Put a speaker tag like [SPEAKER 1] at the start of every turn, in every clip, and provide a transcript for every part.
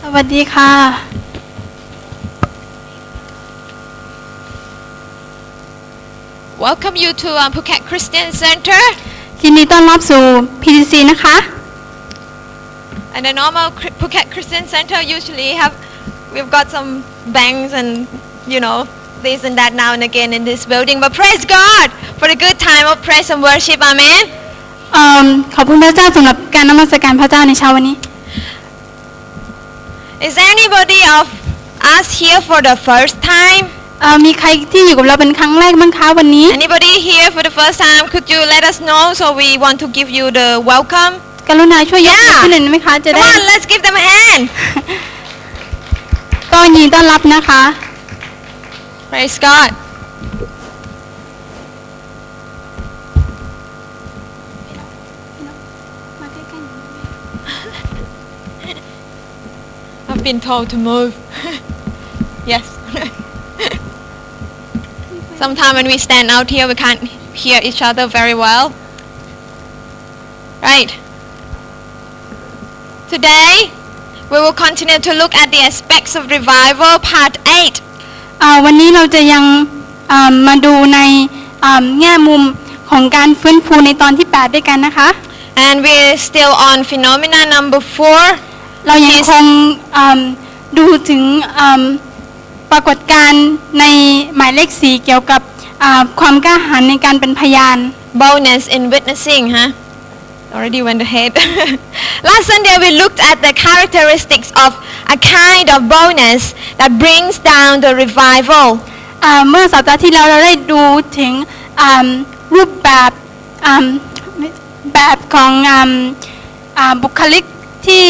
[SPEAKER 1] สวัสดีค่ะ
[SPEAKER 2] Welcome you to um, Phuket Christian Center
[SPEAKER 1] ยินดีต้อนรับสู่ PTC นะคะ
[SPEAKER 2] and a normal Chr- Phuket Christian Center usually have we've got some bangs and you know this and that now and again in this building but praise God for a good time of praise and worship amen
[SPEAKER 1] เอิ่มขอบคุณพระเจ้าสำหรับการนมัสการพระเจ้าในเช้าวันนี้
[SPEAKER 2] is anybody of us here for the first time
[SPEAKER 1] เอ่อมีใครที่อยู่กับเราเป็นครั้งแรกบ้างคะวันนี้
[SPEAKER 2] anybody here for the first time could you let us know so we want to give you the welcome
[SPEAKER 1] กรุณาช่วยยกมือขึ้นหน่อยได้ไหมคะ จะ
[SPEAKER 2] come
[SPEAKER 1] ได้
[SPEAKER 2] on let's give them a hand
[SPEAKER 1] ต้อนยินต้อนรับนะคะ
[SPEAKER 2] Praise God. I've been told to move. yes. Sometimes when we stand out here, we can't hear each other very well. Right. Today, we will continue to look at the aspects of revival, part 8.
[SPEAKER 1] เอ่อวันนี้เราจะยังเอิ่มมาดูในเอิ่มแง่มุมของการฟื้นฟูในตอนที่ 8 ด้วยกันนะคะ
[SPEAKER 2] And we're still on phenomena number four.
[SPEAKER 1] เรายังคงเอิ่มดูถึงเอิ่มปรากฏการณ์ในหมายเลขสีเกี่ยวกับอ่าความกล้าหาญในการเป็นพยาน
[SPEAKER 2] Boldness in witnessing, huh? Already went ahead. Last Sunday we looked at the characteristics of a kind of boldness that brings down the revival.
[SPEAKER 1] อ่าเมื่อสัปดาห์ที่แล้วเราได้ดูถึงอ่ารูปแบบอ่าแบบของอ่าอ่าบุคลิกที่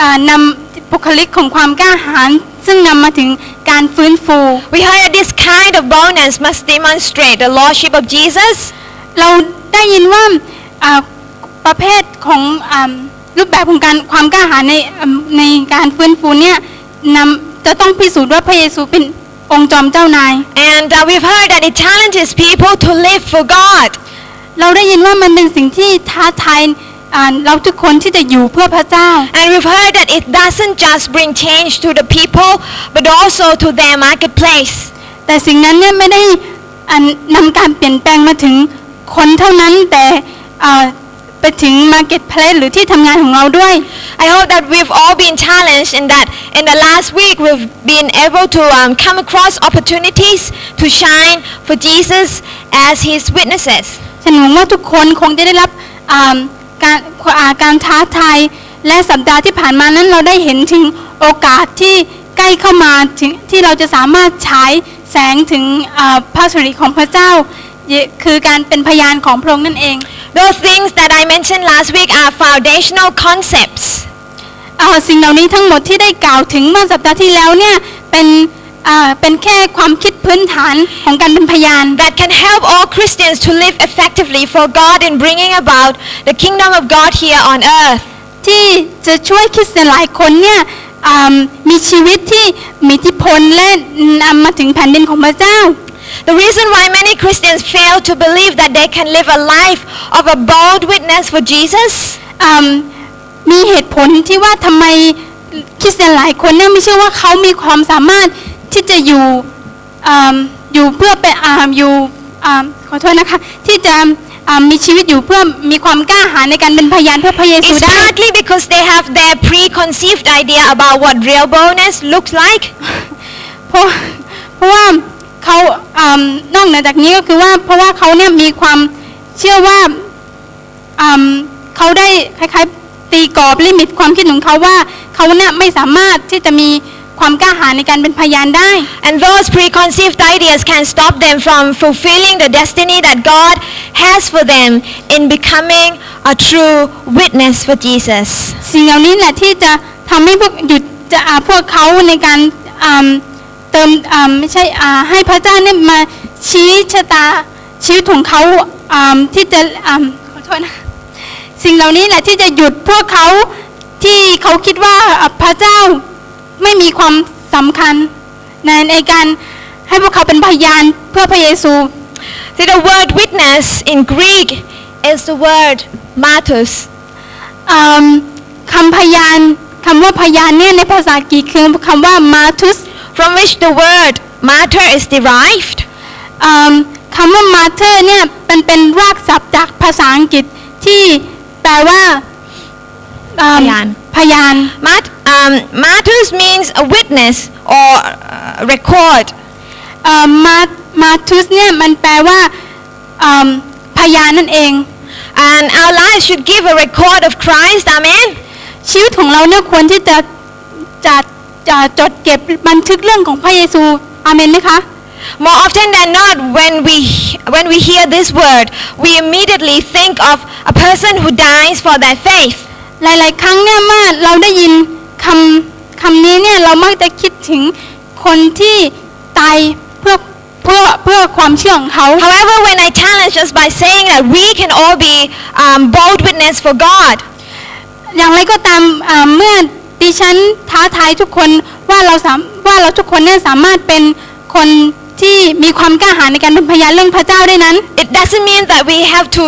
[SPEAKER 1] อ่านำบุคลิกของความกล้าหาญซึ่งนำมาถึงการฟื้นฟู
[SPEAKER 2] We heard that this kind of boldness must demonstrate the lordship of Jesus,
[SPEAKER 1] เราได้ยินว่าอ่าประเภทของอ่ารูปแบบของการความกล้าหาญในอ่าในการฟื้นฟูเนี่ยนำจะต้องพิสูจน์ว่าพระเยซูเป็นองค์จอมเจ้านาย
[SPEAKER 2] and uh, we've heard that it challenges people to live for God.
[SPEAKER 1] เราได้ยินว่ามันเป็นสิ่งที่ท้าทายอ่าเราทุกคนที่จะอยู่เพื่อพระเจ้า
[SPEAKER 2] And we've heard that it doesn't just bring change to the people, but also to their marketplace.
[SPEAKER 1] แต่สิ่งนั้นเนี่ยไม่ได้อ่านำการเปลี่ยนแปลงมาถึงคนเท่านั้นแต่อ่าไปถึงมาร์เก็ตเพลสหรือที่ทำงานของเราด้วย
[SPEAKER 2] I hope that we've all been challenged and that in the last week we've been able to um, come across opportunities to shine for Jesus as his witnesses.
[SPEAKER 1] ฉันหวังว่าทุกคนคงจะได้รับอ่าการอ่าการท้าทายและสัปดาห์ที่ผ่านมานั้นเราได้เห็นถึงโอกาสที่ใกล้เข้ามาถึงที่เราจะสามารถฉายแสงถึงอ่าพระสุริของพระเจ้าเยคือการเป็นพยานของพระองค์นั่นเอง
[SPEAKER 2] Those things that I mentioned last week are foundational concepts.
[SPEAKER 1] เอ่อสิ่งเหล่านี้ทั้งหมดที่ได้กล่าวถึงเมื่อสัปดาห์ที่แล้วเนี่ยเป็นเอ่อเป็นแค่ความคิดพื้นฐานของการเป็นพยาน
[SPEAKER 2] That can help all Christians to live effectively for God in bringing about the kingdom of God here on earth.
[SPEAKER 1] ที่จะช่วยคริสเตียนหลายคนเนี่ยอืมมีชีวิตที่มีอิทธิพลและนำมาถึงแผ่นดินของพระเจ้า
[SPEAKER 2] The reason why many Christians fail to believe that they can live a life of a bold witness for Jesus
[SPEAKER 1] อืมมีเหตุผลที่ว่าทำไมคริสเตียนหลายคนเนี่ยไม่เชื่อว่าเขามีความสามารถที่จะอยู่อืมอยู่เพื่อไปอ่าอยู่อ่าขอโทษนะคะที่จะอ่ามีชีวิตอยู่เพื่อมีความกล้าหาญในการเป็นพยานเพื่อพระเยซู
[SPEAKER 2] It's
[SPEAKER 1] ได้
[SPEAKER 2] partly because they have their preconceived idea about what real boldness looks like.
[SPEAKER 1] เพราะเพราะว่าเขาอืมนอกเหนือจากนี้ก็คือว่าเพราะว่าเขาเนี่ยมีความเชื่อว่าอืมเขาได้คล้ายๆตีกรอบลิมิตความคิดของเขาว่าเขาเนี่ยไม่สามารถที่จะมีความกล้าหาญในการเป็นพยานได้
[SPEAKER 2] And those preconceived ideas can stop them from fulfilling the destiny that God has for them in becoming a true witness for Jesus.
[SPEAKER 1] สิ่งเหล่านี้แหละที่จะทำให้พวกหยุดจะอาพวกเขาในการอืมเติมอืมไม่ใช่อ่าให้พระเจ้าเนี่ยมาชี้ชะตาชีวิตของเขาอืมที่จะอืมขอโทษนะสิ่งเหล่านี้แหละที่จะหยุดพวกเขาที่เขาคิดว่าอ่ะพระเจ้าไม่มีความสำคัญในในการให้พวกเขาเป็นพยานเพื่อพระเยซู
[SPEAKER 2] See, the word witness in Greek is the word martyrs.
[SPEAKER 1] อืมคำพยาน คำว่าพยานเนี่ยในภาษากรีกคือคำว่ามาทุส
[SPEAKER 2] from which the word martyr is derived.
[SPEAKER 1] อืมคำว่า martyr เนี่ยเป็นเป็นรากศัพท์จากภาษาอังกฤษที่แปลว่าอืม
[SPEAKER 2] พยาน
[SPEAKER 1] พยาน
[SPEAKER 2] Mart- um, martyrs means a witness or uh, record.
[SPEAKER 1] เอ่อมามาทุสเนี่ยมันแปลว่าอืมพยานนั่นเอง
[SPEAKER 2] And our lives should give a record of Christ. Amen.
[SPEAKER 1] ชีวิตของเราเนี่ยควรที่จะจะจะจดเก็บบันทึกเรื่องของพระเยซูอาเมนไหมคะ
[SPEAKER 2] More often than not, when we, when we hear this word, we immediately think of a person who dies for their faith.
[SPEAKER 1] หลาย ๆ ครั้งเนี่ยเมื่อเราได้ยินคำคำนี้เนี่ยเรามักจะคิดถึงคนที่ตายเพื่อเพื่อเพื่อความเชื่อของเขา
[SPEAKER 2] However, when I challenge us by saying that we can all be um, bold witness for God,
[SPEAKER 1] อย่างไรก็ตามอ่าเมื่อดิฉันท้าทายทุกคนว่าเราสามว่าเราทุกคนเนี่ยสามารถเป็นคนที่มีความกล้าหาญในการเป็นพยานเรื่องพระเจ้าได้นั้น
[SPEAKER 2] it doesn't mean that we have to,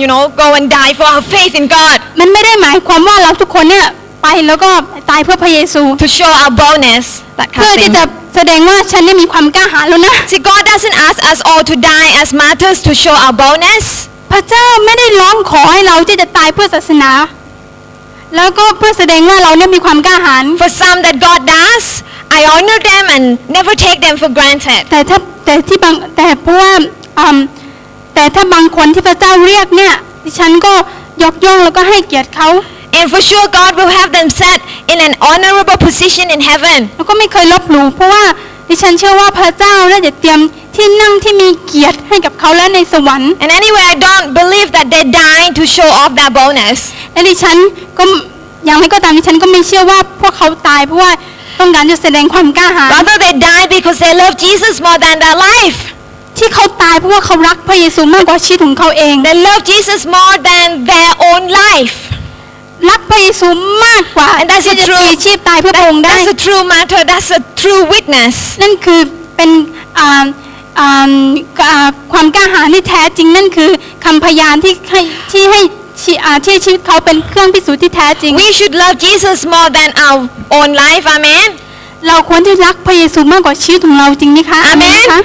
[SPEAKER 2] you know, go and die for our faith in God
[SPEAKER 1] มันไม่ได้หมายความว่าเราทุกคนเนี่ยไปแล้วก็ตายเพื่อพระเยซู
[SPEAKER 2] to show our boldness. That
[SPEAKER 1] เพื่อ
[SPEAKER 2] kind
[SPEAKER 1] ที่
[SPEAKER 2] of
[SPEAKER 1] จะ
[SPEAKER 2] thing.
[SPEAKER 1] แสดงว่าฉันเนี่ยมีความกล้าหาญแล้วนะ
[SPEAKER 2] See, God doesn't ask us all to die as martyrs to show our boldness.
[SPEAKER 1] พระเจ้าไม่ได้ร้องขอให้เราที่จะตายเพื่อศาสนา แล้วก็เพื่อแสดงว่าเราเนี่ยมีความกล้าหาญ
[SPEAKER 2] For some that God does, I honor them and never take them for granted.
[SPEAKER 1] แต่ถ้าแต่ที่บางแต่เพราะว่าอืมแต่ถ้าบางคนที่พระเจ้าเรียกเนี่ยดิฉันก็ยกย่องแล้วก็ให้เกียรติเขา
[SPEAKER 2] And for sure, God will have them set in an honorable position in heaven.
[SPEAKER 1] แล้วก็ไม่เคยลบหลู่เพราะว่าดิฉันเชื่อว่าพระเจ้าน่าจะเตรียมที่นั่งที่มีเกียรติให้กับเขาแล้วในสวรรค์
[SPEAKER 2] And anyway, I don't believe that they die to show off their boldness.
[SPEAKER 1] และดิฉันก็อย่างไรก็ตามดิฉันก็ไม่เชื่อว่าพวกเขาตายเพราะว่าต้องการจะแสดงความกล้าหาญ
[SPEAKER 2] Rather, they die because they love Jesus more than their life.
[SPEAKER 1] ที่เขาตายเพราะว่าเขารักพระเยซูมากกว่าชีวิตของเขาเอง
[SPEAKER 2] They love Jesus more than their own life.
[SPEAKER 1] รักพระเยซูมากกว่า
[SPEAKER 2] And that's the
[SPEAKER 1] ที่จะตี
[SPEAKER 2] truth.
[SPEAKER 1] ชีพตายเพื่อพระองค์ได้
[SPEAKER 2] That's a true matter. That's a true witness.
[SPEAKER 1] นั่นคือเป็นอ่าอ่าอ่าความกล้าหาญที่แท้จริงนั่นคือคำพยานที่ให้ที่ให้ชีอ่าที่ชีวิตเขาเป็นเครื่องพิสูจน์ที่แท้จริง
[SPEAKER 2] We should love Jesus more than our own life. Amen.
[SPEAKER 1] เราควรที่รักพระเยซูมากกว่าชีวิตของเราจริงไหมคะ
[SPEAKER 2] อาเมน
[SPEAKER 1] คะ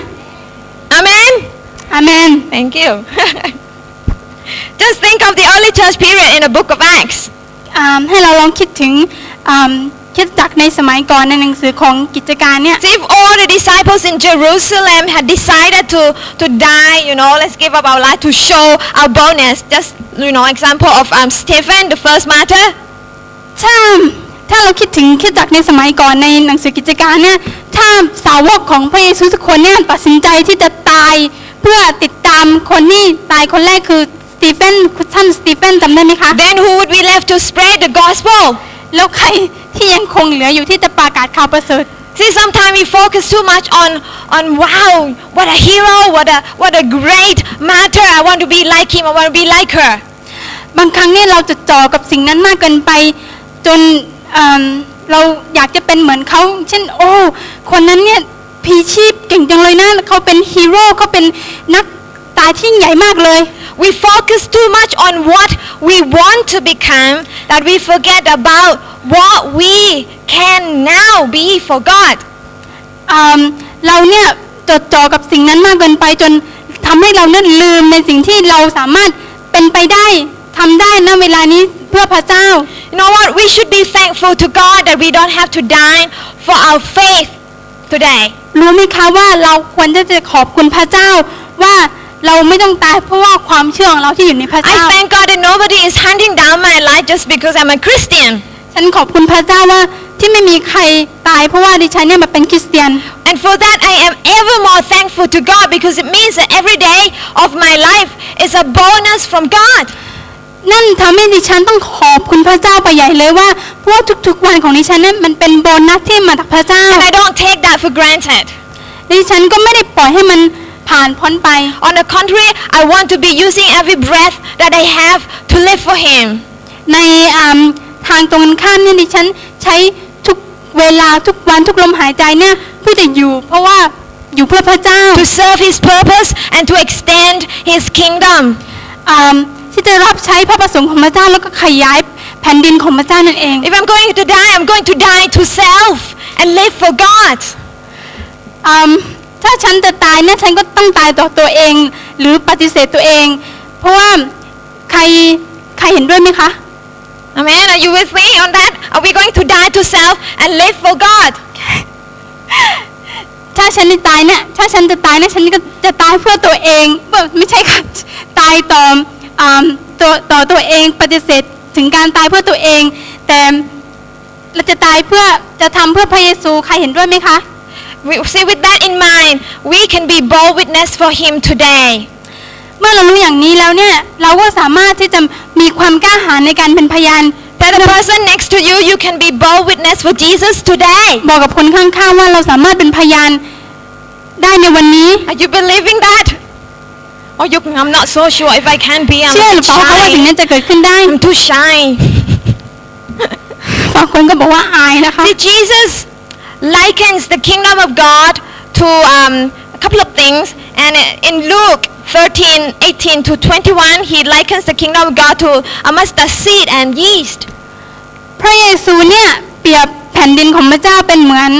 [SPEAKER 2] Amen.
[SPEAKER 1] อาเมน
[SPEAKER 2] Thank you. Just think of the early church period in the book of Acts.
[SPEAKER 1] อ่าให้เราลองคิดถึงอ่าคริดจักรในสมัยก่อนในหนังสือของกิจการเนี่ย
[SPEAKER 2] See, if all the disciples in Jerusalem had decided to, to die, you know, let's give up our life to show our boldness. Just, you know, example of um, Stephen, the first martyr.
[SPEAKER 1] ถ้าถ้าเราคิดถึงคริดจักรในสมัยก่อนในหนังสือกิจการเนี่ยถ้าสาวกของพระเยซูทุกคนเนี่ยตัดสินใจที่จะตายเพื่อติดตามคนที่ตายคนแรกคือสตีเฟนคุณท่านสตีเฟนจำได้ไหมคะ
[SPEAKER 2] Then who would be left to spread the gospel?
[SPEAKER 1] แล้วใครที่ยังคงเหลืออยู่ที่จะประกาศข่าวประเสริฐ
[SPEAKER 2] See, sometimes we focus too much on, on wow, what a hero, what a, what a great martyr. I want to be like him, I want to be like her.
[SPEAKER 1] บางครั้งเนี่ยเราจดจ่อกับสิ่งนั้นมากเกินไป จนเอิ่มเราอยากจะเป็นเหมือนเขาเช่น โอ้ คนนั้นเนี่ยพีชีพเก่งจังเลยนะเขาเป็นฮีโร่เขาเป็นนักตายที่ยิ่งใหญ่มากเลย
[SPEAKER 2] We focus too much on what we want to become that we forget about what we can now be for God.
[SPEAKER 1] อืมเราเนี่ยจดจ่อกับสิ่งนั้นมากเกินไปจนทำให้เราเนี่ยลืมในสิ่งที่เราสามารถเป็นไปได้ทำได้ณเวลานี้เพื่อพระเจ้า
[SPEAKER 2] You know what? We should be thankful to God that we don't have to die for our faith today.
[SPEAKER 1] รู้ไหมคะว่าเราควรจะจะขอบคุณพระเจ้า ว่าเราไม่ต้องตายเพราะว่าความเชื่อของเราที่อยู่ในพระ
[SPEAKER 2] I
[SPEAKER 1] เจ้า
[SPEAKER 2] thank God that nobody is hunting down my life just because I'm a Christian.
[SPEAKER 1] ฉันขอบคุณพระเจ้าว่าที่ไม่มีใครตายเพราะว่าดิฉันเนี่ยมาเป็นคริสเตียน
[SPEAKER 2] And for that, I am ever more thankful to God because it means that every day of my life is a bonus from God.
[SPEAKER 1] นั่นทำให้ดิฉันต้องขอบคุณพระเจ้าไปใหญ่เลยว่าเพราะว่าทุกๆวันของดิฉันเนี่ยมันเป็นโบนัสที่มาจากพระเจ้า
[SPEAKER 2] And I don't take that for granted.
[SPEAKER 1] ดิฉันก็ไม่ได้ปล่อยให้มันผ่านพ้นไป
[SPEAKER 2] On the contrary, I want to be using every breath that I have to live for Him.
[SPEAKER 1] ในอ่าทางตรงกันข้ามเนี่ยดิฉันใช้ทุกเวลาทุกวันทุกลมหายใจเนี่ยเพื่อจะอยู่ เพราะว่าอยู่เพื่อพระเจ้า
[SPEAKER 2] To serve His purpose and to extend His kingdom.
[SPEAKER 1] อ่าที่จะรับใช้พระประสงค์ของพระเจ้าแล้วก็ขยาย แผ่นดินของพระเจ้านั่นเอง
[SPEAKER 2] If I'm going to die, I'm going to die to self and live for God.
[SPEAKER 1] อืมถ้าฉันจะตายเนี่ยฉันก็ต้องตายต่อตัวเอง หรือปฏิเสธตัวเอง เพราะว่าใครใครเห็นด้วยไหมคะ
[SPEAKER 2] Amen. Are you with me on that? Are we going to die to self and live for God?
[SPEAKER 1] ถ้าฉันจะตายเนี่ยถ้าฉันจะตายเนี่ยฉันก็จะตายเพื่อตัวเองเอ้อไม่ใช่ค่ะ ตายต่ออืมตัวต่อตัวเองปฏิเสธถึงการตายเพื่อตัวเอง แต่เราจะตายเพื่อจะทำเพื่อพระเยซูใครเห็นด้วยไหมคะ
[SPEAKER 2] We, see, with that in mind, we can be bold witness for Him today.
[SPEAKER 1] เมื่อเรารู้อย่างนี้แล้วเนี่ยเราก็สามารถที่จะมีความกล้าหาญในการเป็นพยาน
[SPEAKER 2] That the person next to you, you can be bold witness for Jesus today.
[SPEAKER 1] บอกกับคนข้างๆว่าเราสามารถเป็นพยานได้ในวันนี้
[SPEAKER 2] Are you believing that? Or you, I'm not so sure if I can be.
[SPEAKER 1] เชื่อห
[SPEAKER 2] I'm
[SPEAKER 1] รือเปล่าคะว่าสิ่ง
[SPEAKER 2] shy.
[SPEAKER 1] นั้นจะเกิดขึ้นได้
[SPEAKER 2] I'm too shy.
[SPEAKER 1] บางคนก็บอกว่าอายนะคะ
[SPEAKER 2] See, Jesus likens the kingdom of God to um, a couple of things. And in Luke 13, 18 to 21, he likens the kingdom of God to a mustard seed and yeast.
[SPEAKER 1] พระเยซูเนี่ยเปรียบแผ่นดินของพระเจ้าเป็นเหมือน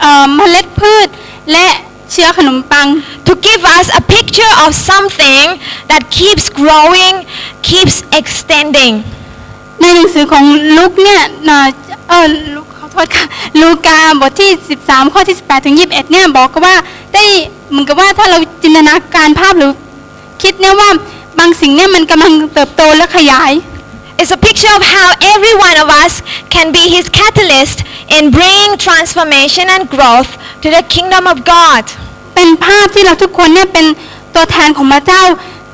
[SPEAKER 1] เอ่อเมล็ดพืช และเชื้อขนมปัง
[SPEAKER 2] to give us a picture of something that keeps growing, keeps extending.
[SPEAKER 1] ในหนังสือของลุกเนี่ยน่ะเออลุกขอโทษค่ะลูกาบทที่ 13 ข้อที่ 18 ถึง 21 เนี่ยบอกว่าได้เหมือนกับว่าถ้าเราจินตนาการภาพหรือคิดเนี่ยว่าบางสิ่งเนี่ยมันกำลังเติบโตและขยาย
[SPEAKER 2] It's a picture of how every one of us can be his catalyst in bringing transformation and growth to the kingdom of God.
[SPEAKER 1] เป็นภาพที่เราทุกคนเนี่ยเป็นตัวแทนของพระเจ้า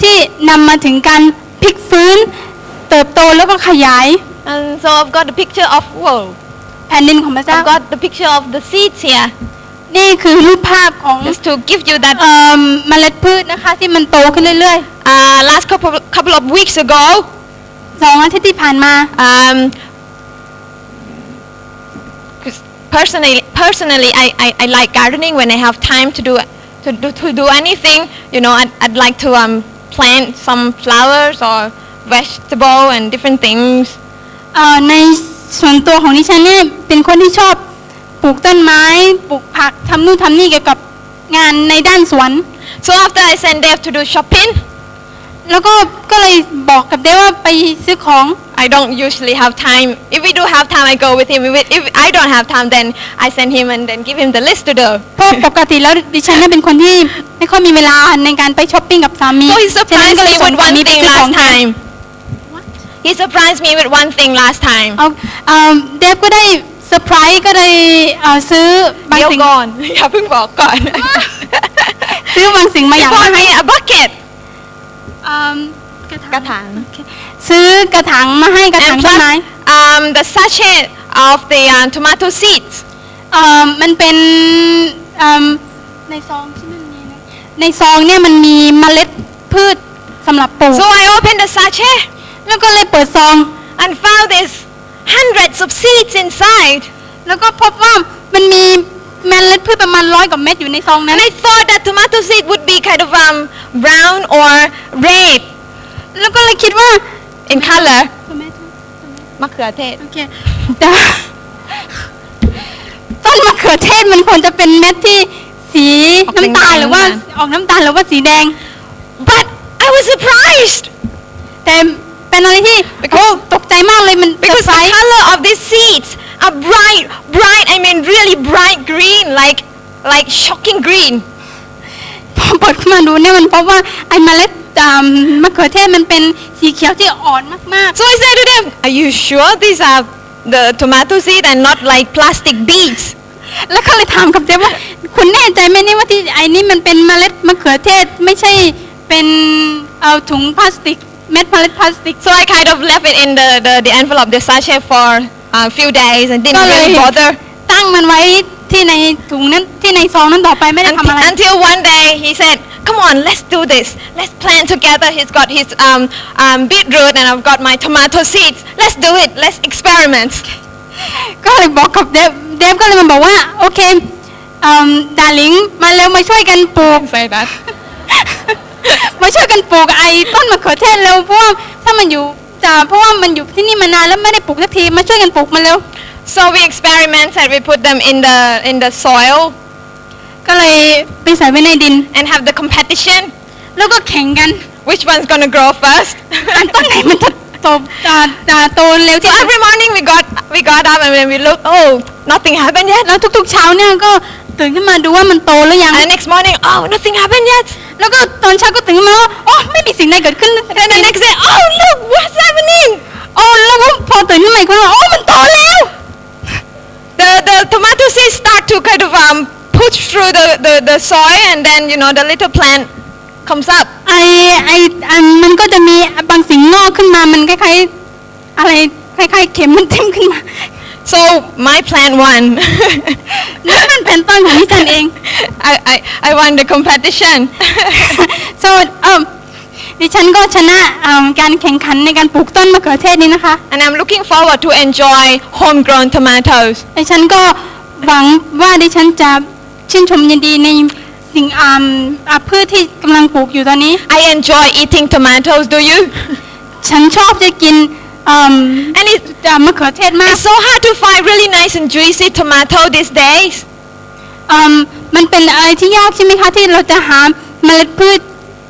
[SPEAKER 1] ที่นำมาถึงการพลิกฟื้น เติบโตแล้วก็ขยาย
[SPEAKER 2] And so I've got the picture of, whoa,
[SPEAKER 1] แผ่นดินของพระเจ้า
[SPEAKER 2] I've got the picture of the seeds here,
[SPEAKER 1] นี่คือรูปภาพของ
[SPEAKER 2] just to give you that.
[SPEAKER 1] เอ่อเมล็ดพืชนะคะที่มันโตขึ้นเรื่อย
[SPEAKER 2] Uh, last couple, couple of weeks ago,
[SPEAKER 1] ๆสองอาทิตย์ที่ผ่านมา
[SPEAKER 2] Um, 'cause personally, personally, I, I, I like gardening when I have time to do to do, to do anything. You know, I'd, I'd like to um, plant some flowers or vegetable and different things.
[SPEAKER 1] เอ่อในส่วนตัวของดิฉันเนี่ยเป็นคนที่ชอบปลูกต้นไม้ ปลูกผักทำนู่นทำนี่เกี่ยวกับงานในด้านสวน
[SPEAKER 2] So after I send Dave to do shopping,
[SPEAKER 1] แล้วก็ก็เลยบอกกับเดฟว่าไปซื้อของ
[SPEAKER 2] I don't usually have time. If we do have time, I go with him. If, we- if I don't have time, then I send him and then give him the list to do.
[SPEAKER 1] เพราะปกติแล้วดิฉันเนี่ยเป็นคนที่ไม่ค่อยมีเวลาในการไปช้อปปิ้งกับสามี
[SPEAKER 2] So
[SPEAKER 1] ฉะนั้
[SPEAKER 2] he
[SPEAKER 1] น
[SPEAKER 2] surprised
[SPEAKER 1] ก็เล
[SPEAKER 2] me
[SPEAKER 1] ยส่ง
[SPEAKER 2] with
[SPEAKER 1] สา
[SPEAKER 2] one
[SPEAKER 1] มีไป
[SPEAKER 2] thing
[SPEAKER 1] ซื้อของ
[SPEAKER 2] last
[SPEAKER 1] แทน
[SPEAKER 2] time. He surprised me with one thing last time.
[SPEAKER 1] เอาเอ่อเดฟก็ได้เซอร์ไพรส์ก็เลยเอ่อซื้อบาง
[SPEAKER 2] เดี๋ยว
[SPEAKER 1] สิ่ง
[SPEAKER 2] ก่ อน อย่าเพิ่งบอกก่อน
[SPEAKER 1] ซื้อบางสิ่งมาอ
[SPEAKER 2] He
[SPEAKER 1] ย่าง
[SPEAKER 2] bought me a bucket
[SPEAKER 1] เอิ่มกระถาง
[SPEAKER 2] กระถาง
[SPEAKER 1] ซื้อกระถางมาให้กระถาง
[SPEAKER 2] and
[SPEAKER 1] ต้น
[SPEAKER 2] plus
[SPEAKER 1] ไม้
[SPEAKER 2] um, the sachet of the uh, tomato seeds
[SPEAKER 1] เอ่อมันเป็นเอิ่มในซองที่มันมีนะในซองเนี่ยมันมีเมล็ดพืชสำหรับปลูก
[SPEAKER 2] so I opened the sachet
[SPEAKER 1] แล้วก็เลยเปิดซอง
[SPEAKER 2] and found this hundreds of seeds inside
[SPEAKER 1] แล้วก็พบว่ามันมีเมล็ดพืชประมาณร้อยกว่าเม็ดอยู่ในซองนั้น
[SPEAKER 2] and I thought that tomato seed would be kind of um, brown or red
[SPEAKER 1] แล้วก็เลยคิดว่า
[SPEAKER 2] in color มะเขือเทศ
[SPEAKER 1] โอเค แต่ว่าต้นมะเขือเทศมันควรจะเป็นเม็ดที่สี
[SPEAKER 2] ออก
[SPEAKER 1] น้ำตาล
[SPEAKER 2] แดงๆ
[SPEAKER 1] หรือว่า
[SPEAKER 2] น้ำตา
[SPEAKER 1] อ
[SPEAKER 2] ล
[SPEAKER 1] อกน้ำตาลหรือว่าสีแดง
[SPEAKER 2] but I was surprised
[SPEAKER 1] แต่เป็นอะไรที่
[SPEAKER 2] because
[SPEAKER 1] ตกใจมากเลยมันเซอ
[SPEAKER 2] Because
[SPEAKER 1] ร์ไพร
[SPEAKER 2] the
[SPEAKER 1] ส์
[SPEAKER 2] color of these seeds are bright, bright, I mean really bright green, like, like shocking green.
[SPEAKER 1] พอเปิดขึ้นมาดูเนี่ยมันพบว่าไอ้เมล็ดอ่ามะเขือเทศมันเป็นสีเขียวที่อ่อนมาก
[SPEAKER 2] So I said to them, are you sure these are the tomato seed and not like plastic beads?
[SPEAKER 1] ๆ แล้วก็เลยถามกับเจ๊ว่า คุณแน่ใจไหมเนี่ยว่าที่ไอ้นี่มันเป็นเมล็ดมะเขือเทศไม่ใช่เป็นเอาถุงพลาสติกเม็ดเมล็ดพลาสติก
[SPEAKER 2] So I kind of left it in the, the, the envelope, the sachet for a few days and didn't
[SPEAKER 1] Sorry.
[SPEAKER 2] really bother.
[SPEAKER 1] ตั้งมันไว้ที่ในถุงนั้นที่ในซองนั้นต่อไปไม่ได้
[SPEAKER 2] Unt-
[SPEAKER 1] ทำอะไร
[SPEAKER 2] until one day he said, come on, let's do this. Let's plant together. He's got his um, um, beetroot and I've got my tomato seeds. Let's do it. Let's experiment.
[SPEAKER 1] ก็เลยบอกกับเดฟเดฟก็เลยมาบอกว่า โอเคดาลิงมาเร็วมาช่วยกันปลูก
[SPEAKER 2] Say that.
[SPEAKER 1] มาช่วยกันปลูกไอ้ต้นมะเขือเทศเร็วเพราะว่าถ้ามันอยู่ใจ จ้ะเพราะว่ามันอยู่ที่นี่มานานแล้วไม่ได้ปลูกสักทีมาช่วยกันปลูกมาเร็ว
[SPEAKER 2] So we experimented. We put them in the in the soil
[SPEAKER 1] ก็เลยไปใส่ไว้ในดิน
[SPEAKER 2] and have the competition.
[SPEAKER 1] แล้วก็แข่งกัน
[SPEAKER 2] Which one's gonna grow first?
[SPEAKER 1] อันต้นไหนมันจะโตอ่าอ่าโตเร็ว
[SPEAKER 2] So
[SPEAKER 1] ที่สุด
[SPEAKER 2] every morning we got we got up and then we looked. Oh, nothing happened yet.
[SPEAKER 1] แล้วทุกๆเช้าเนี่ยก็ตื่นขึ้นมาดูว่ามันโตหรือยัง
[SPEAKER 2] And the next morning, oh, nothing happened yet.
[SPEAKER 1] แล้วก็ตอนเช้าก็ตื่นขึ้นมาว่าโอ้ไม่มีสิ่งใดเกิดขึ้น
[SPEAKER 2] And the next day, oh look, what's happening?
[SPEAKER 1] โอ้แล้วก็พอตื่นขึ้นมาอีกคนว่าโอ้มันโตแล้ว
[SPEAKER 2] The the tomato seeds start to kind of um push through the, the, the soil and then you know the little plant comes up.
[SPEAKER 1] ไอไออันมันก็จะมีบางสิ่งงอกขึ้นมามันคล้ายๆอะไรคล้ายๆเข็มมันทิ่มขึ้นมา
[SPEAKER 2] So my plant won.
[SPEAKER 1] นั่นเป็นแผ่นต้นของพี่จันเอง
[SPEAKER 2] I, I, I won the competition.
[SPEAKER 1] so เออดิฉันก็ชนะเอิ่มการแข่งขันในการปลูกต้นมะเขือเทศนี้นะคะ
[SPEAKER 2] and I'm looking forward to enjoy homegrown tomatoes.
[SPEAKER 1] ดิฉันก็หวังว่าดิฉันจะชื่นชมยินดีในสิ่งอ่าอ่าพืชที่กำลังปลูกอยู่ตอนนี้
[SPEAKER 2] I enjoy eating tomatoes, do you?
[SPEAKER 1] ฉันชอบจะกินเอิ่ม
[SPEAKER 2] And it's,
[SPEAKER 1] อ่ามะเขือเทศมาก
[SPEAKER 2] it's so hard to find really nice and juicy tomato these days.
[SPEAKER 1] เอิ่มมันเป็นอะไรที่ยากใช่ไหมคะที่เราจะหาเมล็ดพืช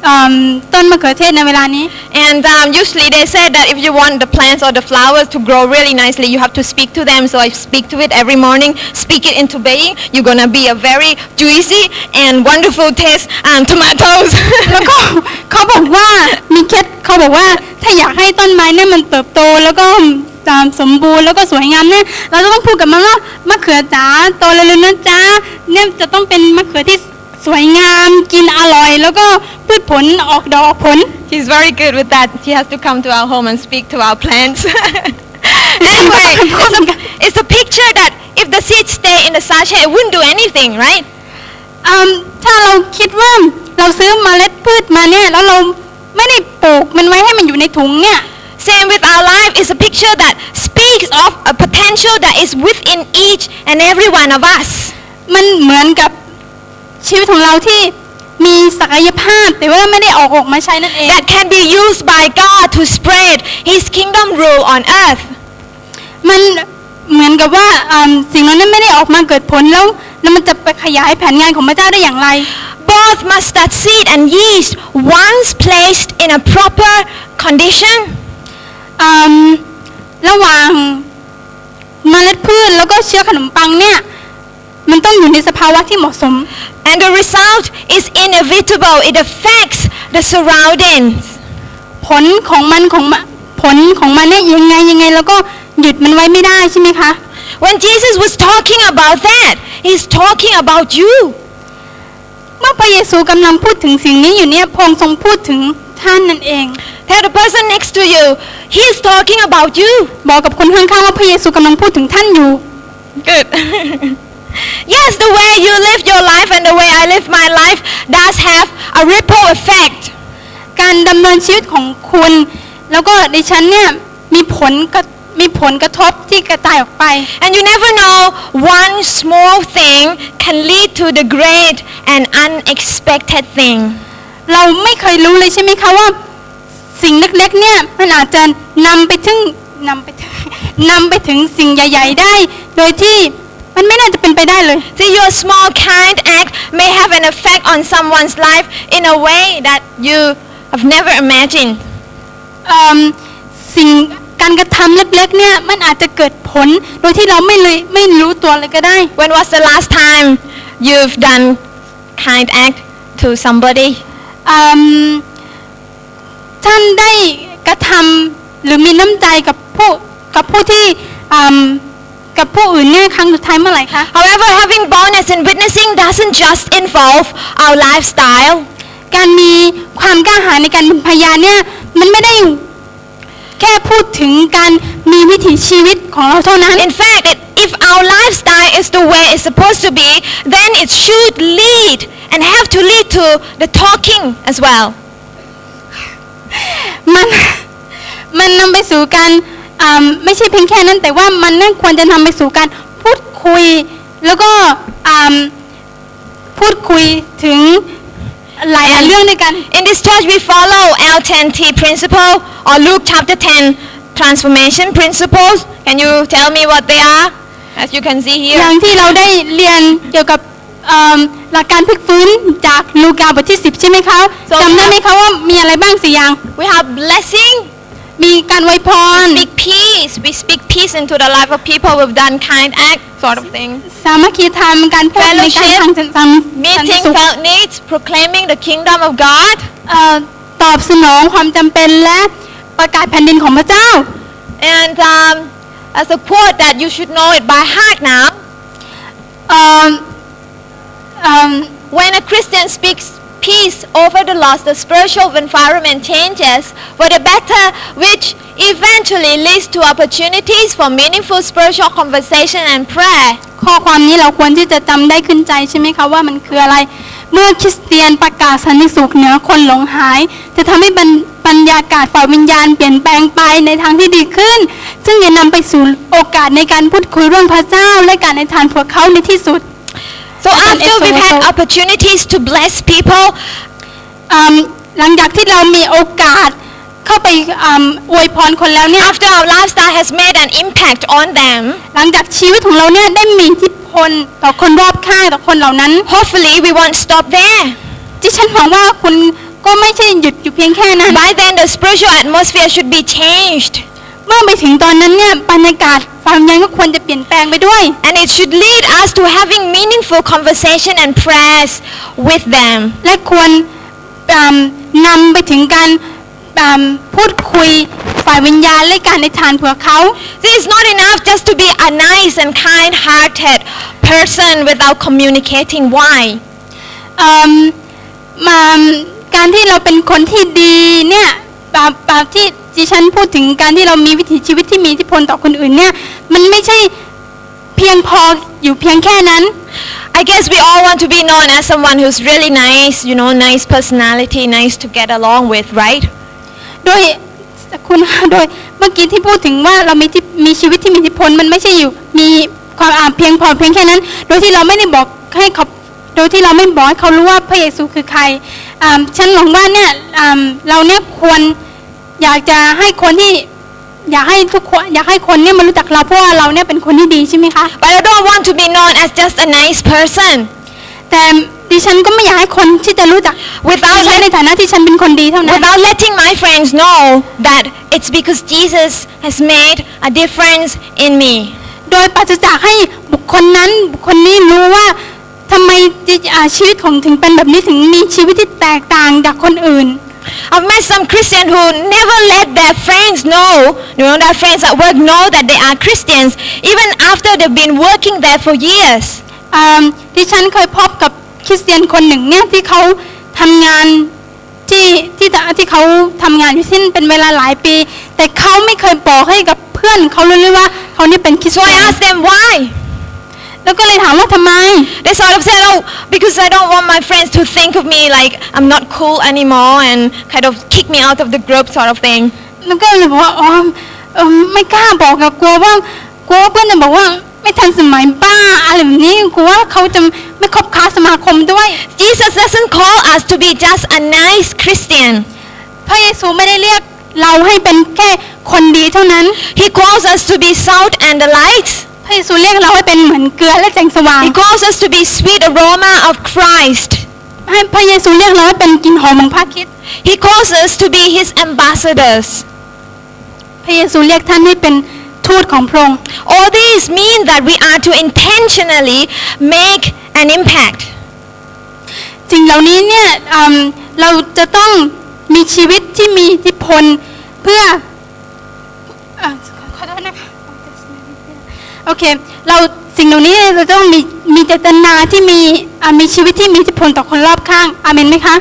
[SPEAKER 1] เอิ่มต้นมะเขือเทศในเวลานี้
[SPEAKER 2] And um, usually they said that if you want the plants or the flowers to grow really nicely, you have to speak to them. So I speak to it every morning, speak it into being. You're going to be a very juicy and wonderful taste um, tomatoes.
[SPEAKER 1] แล้วก็ เขาบอกว่ามีเคล็ดเขาบอกว่าถ้าอยากให้ต้นไม้เนี่ยมันเติบโตแล้วก็ตามสมบูรณ์แล้วก็สวยงามเนี่ยเราจะต้องพูดกับมันว่ามะเขือจ๋าโตเร็วๆนะจ๊ะเนี่ยจะต้องเป็นมะเขือที่สวยงามกินอร่อย แล้วก็พืชผลออกดอกออกผล
[SPEAKER 2] He's very good with that. He has to come to our home and speak to our plants. anyway, it's a, it's a picture that if the seeds stay in the sachet, it wouldn't do anything, right?
[SPEAKER 1] อืมถ้าเราคิดว่าเราซื้อเมล็ดพืชมาเนี่ยแล้วเราไม่ได้ปลูกมันไว้ให้มันอยู่ในถุงเนี่ย
[SPEAKER 2] Same with our life. It's a picture that speaks of a potential that is within each and every one of us.
[SPEAKER 1] มันเหมือนกับชีวิตของเราที่มีศักยภาพ แต่ว่าไม่ได้ออกออกมาใช้นั่นเอง
[SPEAKER 2] That can be used by God to spread His kingdom rule on earth.
[SPEAKER 1] มันเหมือนกับว่าอืมสิ่งเหล่านั้นไม่ได้ออกมาเกิดผลแล้วแล้วมันจะไปขยายแผนงานของพระเจ้าได้อย่างไร
[SPEAKER 2] Both mustard seed and yeast, once placed in a proper condition,
[SPEAKER 1] อืมระหว่างเมล็ดพืชแล้วก็เชื้อขนมปังเนี่ยมันต้องอยู่ในสภาวะที่เหมาะสม
[SPEAKER 2] And the result is inevitable. It affects the surroundings.
[SPEAKER 1] ผลของมันของมะผลของมันเนี่ยยังไงยังไงแล้วก็หยุดมันไว้ไม่ได้ใช่ไหมคะ
[SPEAKER 2] When Jesus was talking about that, he's talking about you.
[SPEAKER 1] เมื่อพระเยซูกำลังพูดถึงสิ่งนี้อยู่เนี่ยพระองค์ทรงพูดถึงท่านนั่นเอง
[SPEAKER 2] Tell the person next to you, he's talking about you.
[SPEAKER 1] บอกกับคนข้างๆว่าพระเยซูกำลังพูดถึงท่านอยู่
[SPEAKER 2] Good. yes, the way you live your life and the way I live my life does have a ripple effect.
[SPEAKER 1] การดำเนินชีวิตของคุณ แล้วก็ดิฉันเนี่ยมีผลกระมีผลกระทบที่กระจายออกไป
[SPEAKER 2] And you never know, one small thing can lead to the great and unexpected thing.
[SPEAKER 1] เราไม่เคยรู้เลยใช่ไหมคะว่า สิ่งเล็กๆเนี่ยมันอาจจะนำไปถึงนำไปถึง นำไปถึงสิ่งใหญ่ ๆ ได้ โดยที่มันไม่น่าจะเป็นไปได้เลย
[SPEAKER 2] See, your small kind act may have an effect on someone's life in a way that you have never imagined.
[SPEAKER 1] เอิ่มสิ่งการกระทำเล็กๆเนี่ยมันอาจจะเกิดผลโดยที่เราไม่เลยไม่รู้ตัวเลยก็ได้
[SPEAKER 2] When was the last time you've done kind act to somebody?
[SPEAKER 1] เอิ่มท่านได้กระทำหรือมีน้ำใจกับผู้กับผู้ที่เอิ่มกับผู้อื่นเนี่ยครั้งสุดท้ายเมื่อไหร่คะ
[SPEAKER 2] However, having boldness and witnessing doesn't just involve our lifestyle.
[SPEAKER 1] การมีความกล้าหาญในการเป็นพยานเนี่ยมันไม่ได้แค่พูดถึงการมีวิถีชีวิตของเราเท่านั้น
[SPEAKER 2] In fact, it, if our lifestyle is the way it's supposed to be, then it should lead and have to lead to the talking as well.
[SPEAKER 1] มันมันนำไปสู่การอ่าไม่ใช่เพียงแค่นั้นแต่ว่ามันนั่นควรจะนำไปสู่การพูดคุย แล้วก็อ่าพูดคุยถึง หลายๆเรื่องด้วยกัน
[SPEAKER 2] In this church, we follow L10T principle or Luke chapter 10 transformation principles. Can you tell me what they are? As you can see
[SPEAKER 1] อ
[SPEAKER 2] here.
[SPEAKER 1] ย่างที่เราได้เรียนเกี่ยวกับเอิ่มหลักการพลิกฟื้นจากลูกาบทที่ 10 ใช่ไหมคะ
[SPEAKER 2] สอง
[SPEAKER 1] จำได้ไหมคะว่ามีอะไรบ้างสี่อย่าง
[SPEAKER 2] We have blessing,
[SPEAKER 1] มีการไวยพร
[SPEAKER 2] speak peace. We speak peace into the life of people who've done kind act sort of thing.
[SPEAKER 1] สามัคคีธรรมการพูดในการทางสันสัน
[SPEAKER 2] Meeting
[SPEAKER 1] สุข
[SPEAKER 2] felt needs, proclaiming the kingdom of God.
[SPEAKER 1] เอ่อตอบสนองความจำเป็นและประกาศแผ่นดินของพระเจ้า
[SPEAKER 2] And um, as a quote that you should know it by heart now.
[SPEAKER 1] เอิ่มเอิ่ม
[SPEAKER 2] When a Christian speaks peace over the loss, the spiritual environment changes for the better, which eventually leads to opportunities for meaningful spiritual conversation and prayer.
[SPEAKER 1] ข้อความนี้เราควรที่จะจำได้ขึ้นใจใช่ไหมคะว่ามันคืออะไร เมื่อคริสเตียนประกาศสันติสุขเหนือคนหลงหาย จะทำให้บรรบรรยากาศฝ่ายวิญญาณเปลี่ยนแปลงไปในทางที่ดีขึ้น ซึ่งจะนำไปสู่โอกาสในการพูดคุยเรื่องพระเจ้า และการในทานพวกเขาในที่สุด
[SPEAKER 2] So
[SPEAKER 1] And
[SPEAKER 2] after
[SPEAKER 1] it's
[SPEAKER 2] we've had
[SPEAKER 1] also-
[SPEAKER 2] opportunities to bless people,
[SPEAKER 1] อืมหลังจากที่เรามีโอกาสเข้าไปอืมอวยพรคนแล้วเนี่ย
[SPEAKER 2] after our lifestyle has made an impact on them,
[SPEAKER 1] หลังจากชีวิตของเราเนี่ยได้มีอิทธิพลต่อคนรอบข้างต่อคนเหล่านั้น
[SPEAKER 2] hopefully we won't stop there.
[SPEAKER 1] ที่ฉันหวังว่าคุณก็ไม่ใช่หยุดอยู่เพียงแค่นั้น
[SPEAKER 2] By then the spiritual atmosphere should be changed
[SPEAKER 1] เมื่อไปถึงตอนนั้นเนี่ยบรรยากาศความยังก็ควรจะเปลี่ยนแปลงไปด้วย
[SPEAKER 2] and it should lead us to having meaningful conversation and prayers with them.
[SPEAKER 1] และควรอืมนำไปถึงการอืมพูดคุยฝ่ายวิญญาณและการในทานเผื่อเขา
[SPEAKER 2] See, it's not enough just to be a nice and kind-hearted person without communicating why.
[SPEAKER 1] เอิ่มมาการที่เราเป็นคนที่ดีเนี่ยแบบแบบที่ดิฉันพูดถึงการที่เรามีวิถีชีวิตที่มีอิทธิพลต่อคนอื่นเนี่ยมันไม่ใช่เพียงพออยู่เพียงแค่นั้น
[SPEAKER 2] I guess we all want to be known as someone who's really nice, you know, nice personality, nice to get along with, right?
[SPEAKER 1] โดยคุณค่ะโดยเมื่อกี้ที่พูดถึงว่าเรามีที่มีชีวิตที่มีอิทธิพลมันไม่ใช่อยู่มีความอาเพียงพอเพียงแค่นั้น โดยที่เราไม่ได้บอกให้เขาโดยที่เราไม่บอกให้เขารู้ว่าพระเยซูคือใครอ่าฉันหวังว่าเนี่ยอ่าเราเนี่ยควรอยากจะให้คนที่อยากให้ทุกคนอยากให้คนเนี่ยมารู้จักเราเพราะว่าเราเนี่ยเป็นคนที่ดีใช่ไหมคะ
[SPEAKER 2] But I don't want to be known as just a nice person
[SPEAKER 1] แต่ดิฉันก็ไม่อยากให้คนที่จะรู้จัก
[SPEAKER 2] Without
[SPEAKER 1] ดิฉันในฐานะที่ฉันเป็นคนดีเท่านั้น
[SPEAKER 2] without letting my friends know that it's because Jesus has made a difference in me.
[SPEAKER 1] โดยปราศจากให้บุคคลนั้นบุคคลนี้รู้ว่าทำไมจิอ่าชีวิตของถึงเป็นแบบนี้ถึงมีชีวิตที่แตกต่างจากคนอื่น
[SPEAKER 2] I've met some Christians who never let their friends know, you know, their friends at work know that they are Christians, even after they've been working there for years.
[SPEAKER 1] อ่าที่ฉันเคยพบกับคริสเตียนคนหนึ่งเนี่ยที่เขาทำงานที่ที่ที่เขาทำงานอยู่ที่นั่นเป็นเวลาหลายปี แต่เขาไม่เคยบอกให้กับเพื่อนเขารู้เลยว่าเขานี่เป็นคริส
[SPEAKER 2] So
[SPEAKER 1] เตี
[SPEAKER 2] I
[SPEAKER 1] ยน
[SPEAKER 2] asked them why.
[SPEAKER 1] แล้วก็เลยถามว่าทำไม
[SPEAKER 2] They sort of said, oh, because I don't want my friends to think of me like I'm not cool anymore and kind of kick me out of the group sort of thing.
[SPEAKER 1] แล้วก็เลยบอกว่าอ๋อเออไม่กล้าบอกกับกลัวว่ากลัวว่าเพื่อนจะบอกว่าไม่ทันสมัยบ้าอะไรแบบนี้กลัวว่าเขาจะไม่คบค้าสมาคมด้วย
[SPEAKER 2] Jesus doesn't call us to be just a nice Christian.
[SPEAKER 1] พระเยซูไม่ได้เรียกเราให้เป็นแค่คนดีเท่านั้น
[SPEAKER 2] He calls us to be salt and the light.
[SPEAKER 1] พระเยซูเรียกเราให้เป็นเหมือนเกลือและแสงสว่าง
[SPEAKER 2] He calls us to be sweet aroma of Christ.
[SPEAKER 1] ให้พระเยซูเรียกเราให้เป็นกลิ่นหอมของพระคริด
[SPEAKER 2] He calls us to be his ambassadors.
[SPEAKER 1] พระเยซูเรียกท่านให้เป็นทูตของพระองค์
[SPEAKER 2] All these mean that we are to intentionally make an impact.
[SPEAKER 1] สิ่งเหล่านี้เนี่ยอืมเราจะต้องมีชีวิตที่มีอิทธิพลเพื่อเอ่อขอโทษนะคะโอเค เราสิ่งเหล่านี้เราต้องมีมีเจตนาที่มีอ่ะมีชีวิตที่มีอิทธิพลต่อคนรอบข้างอาเมนไหมคะ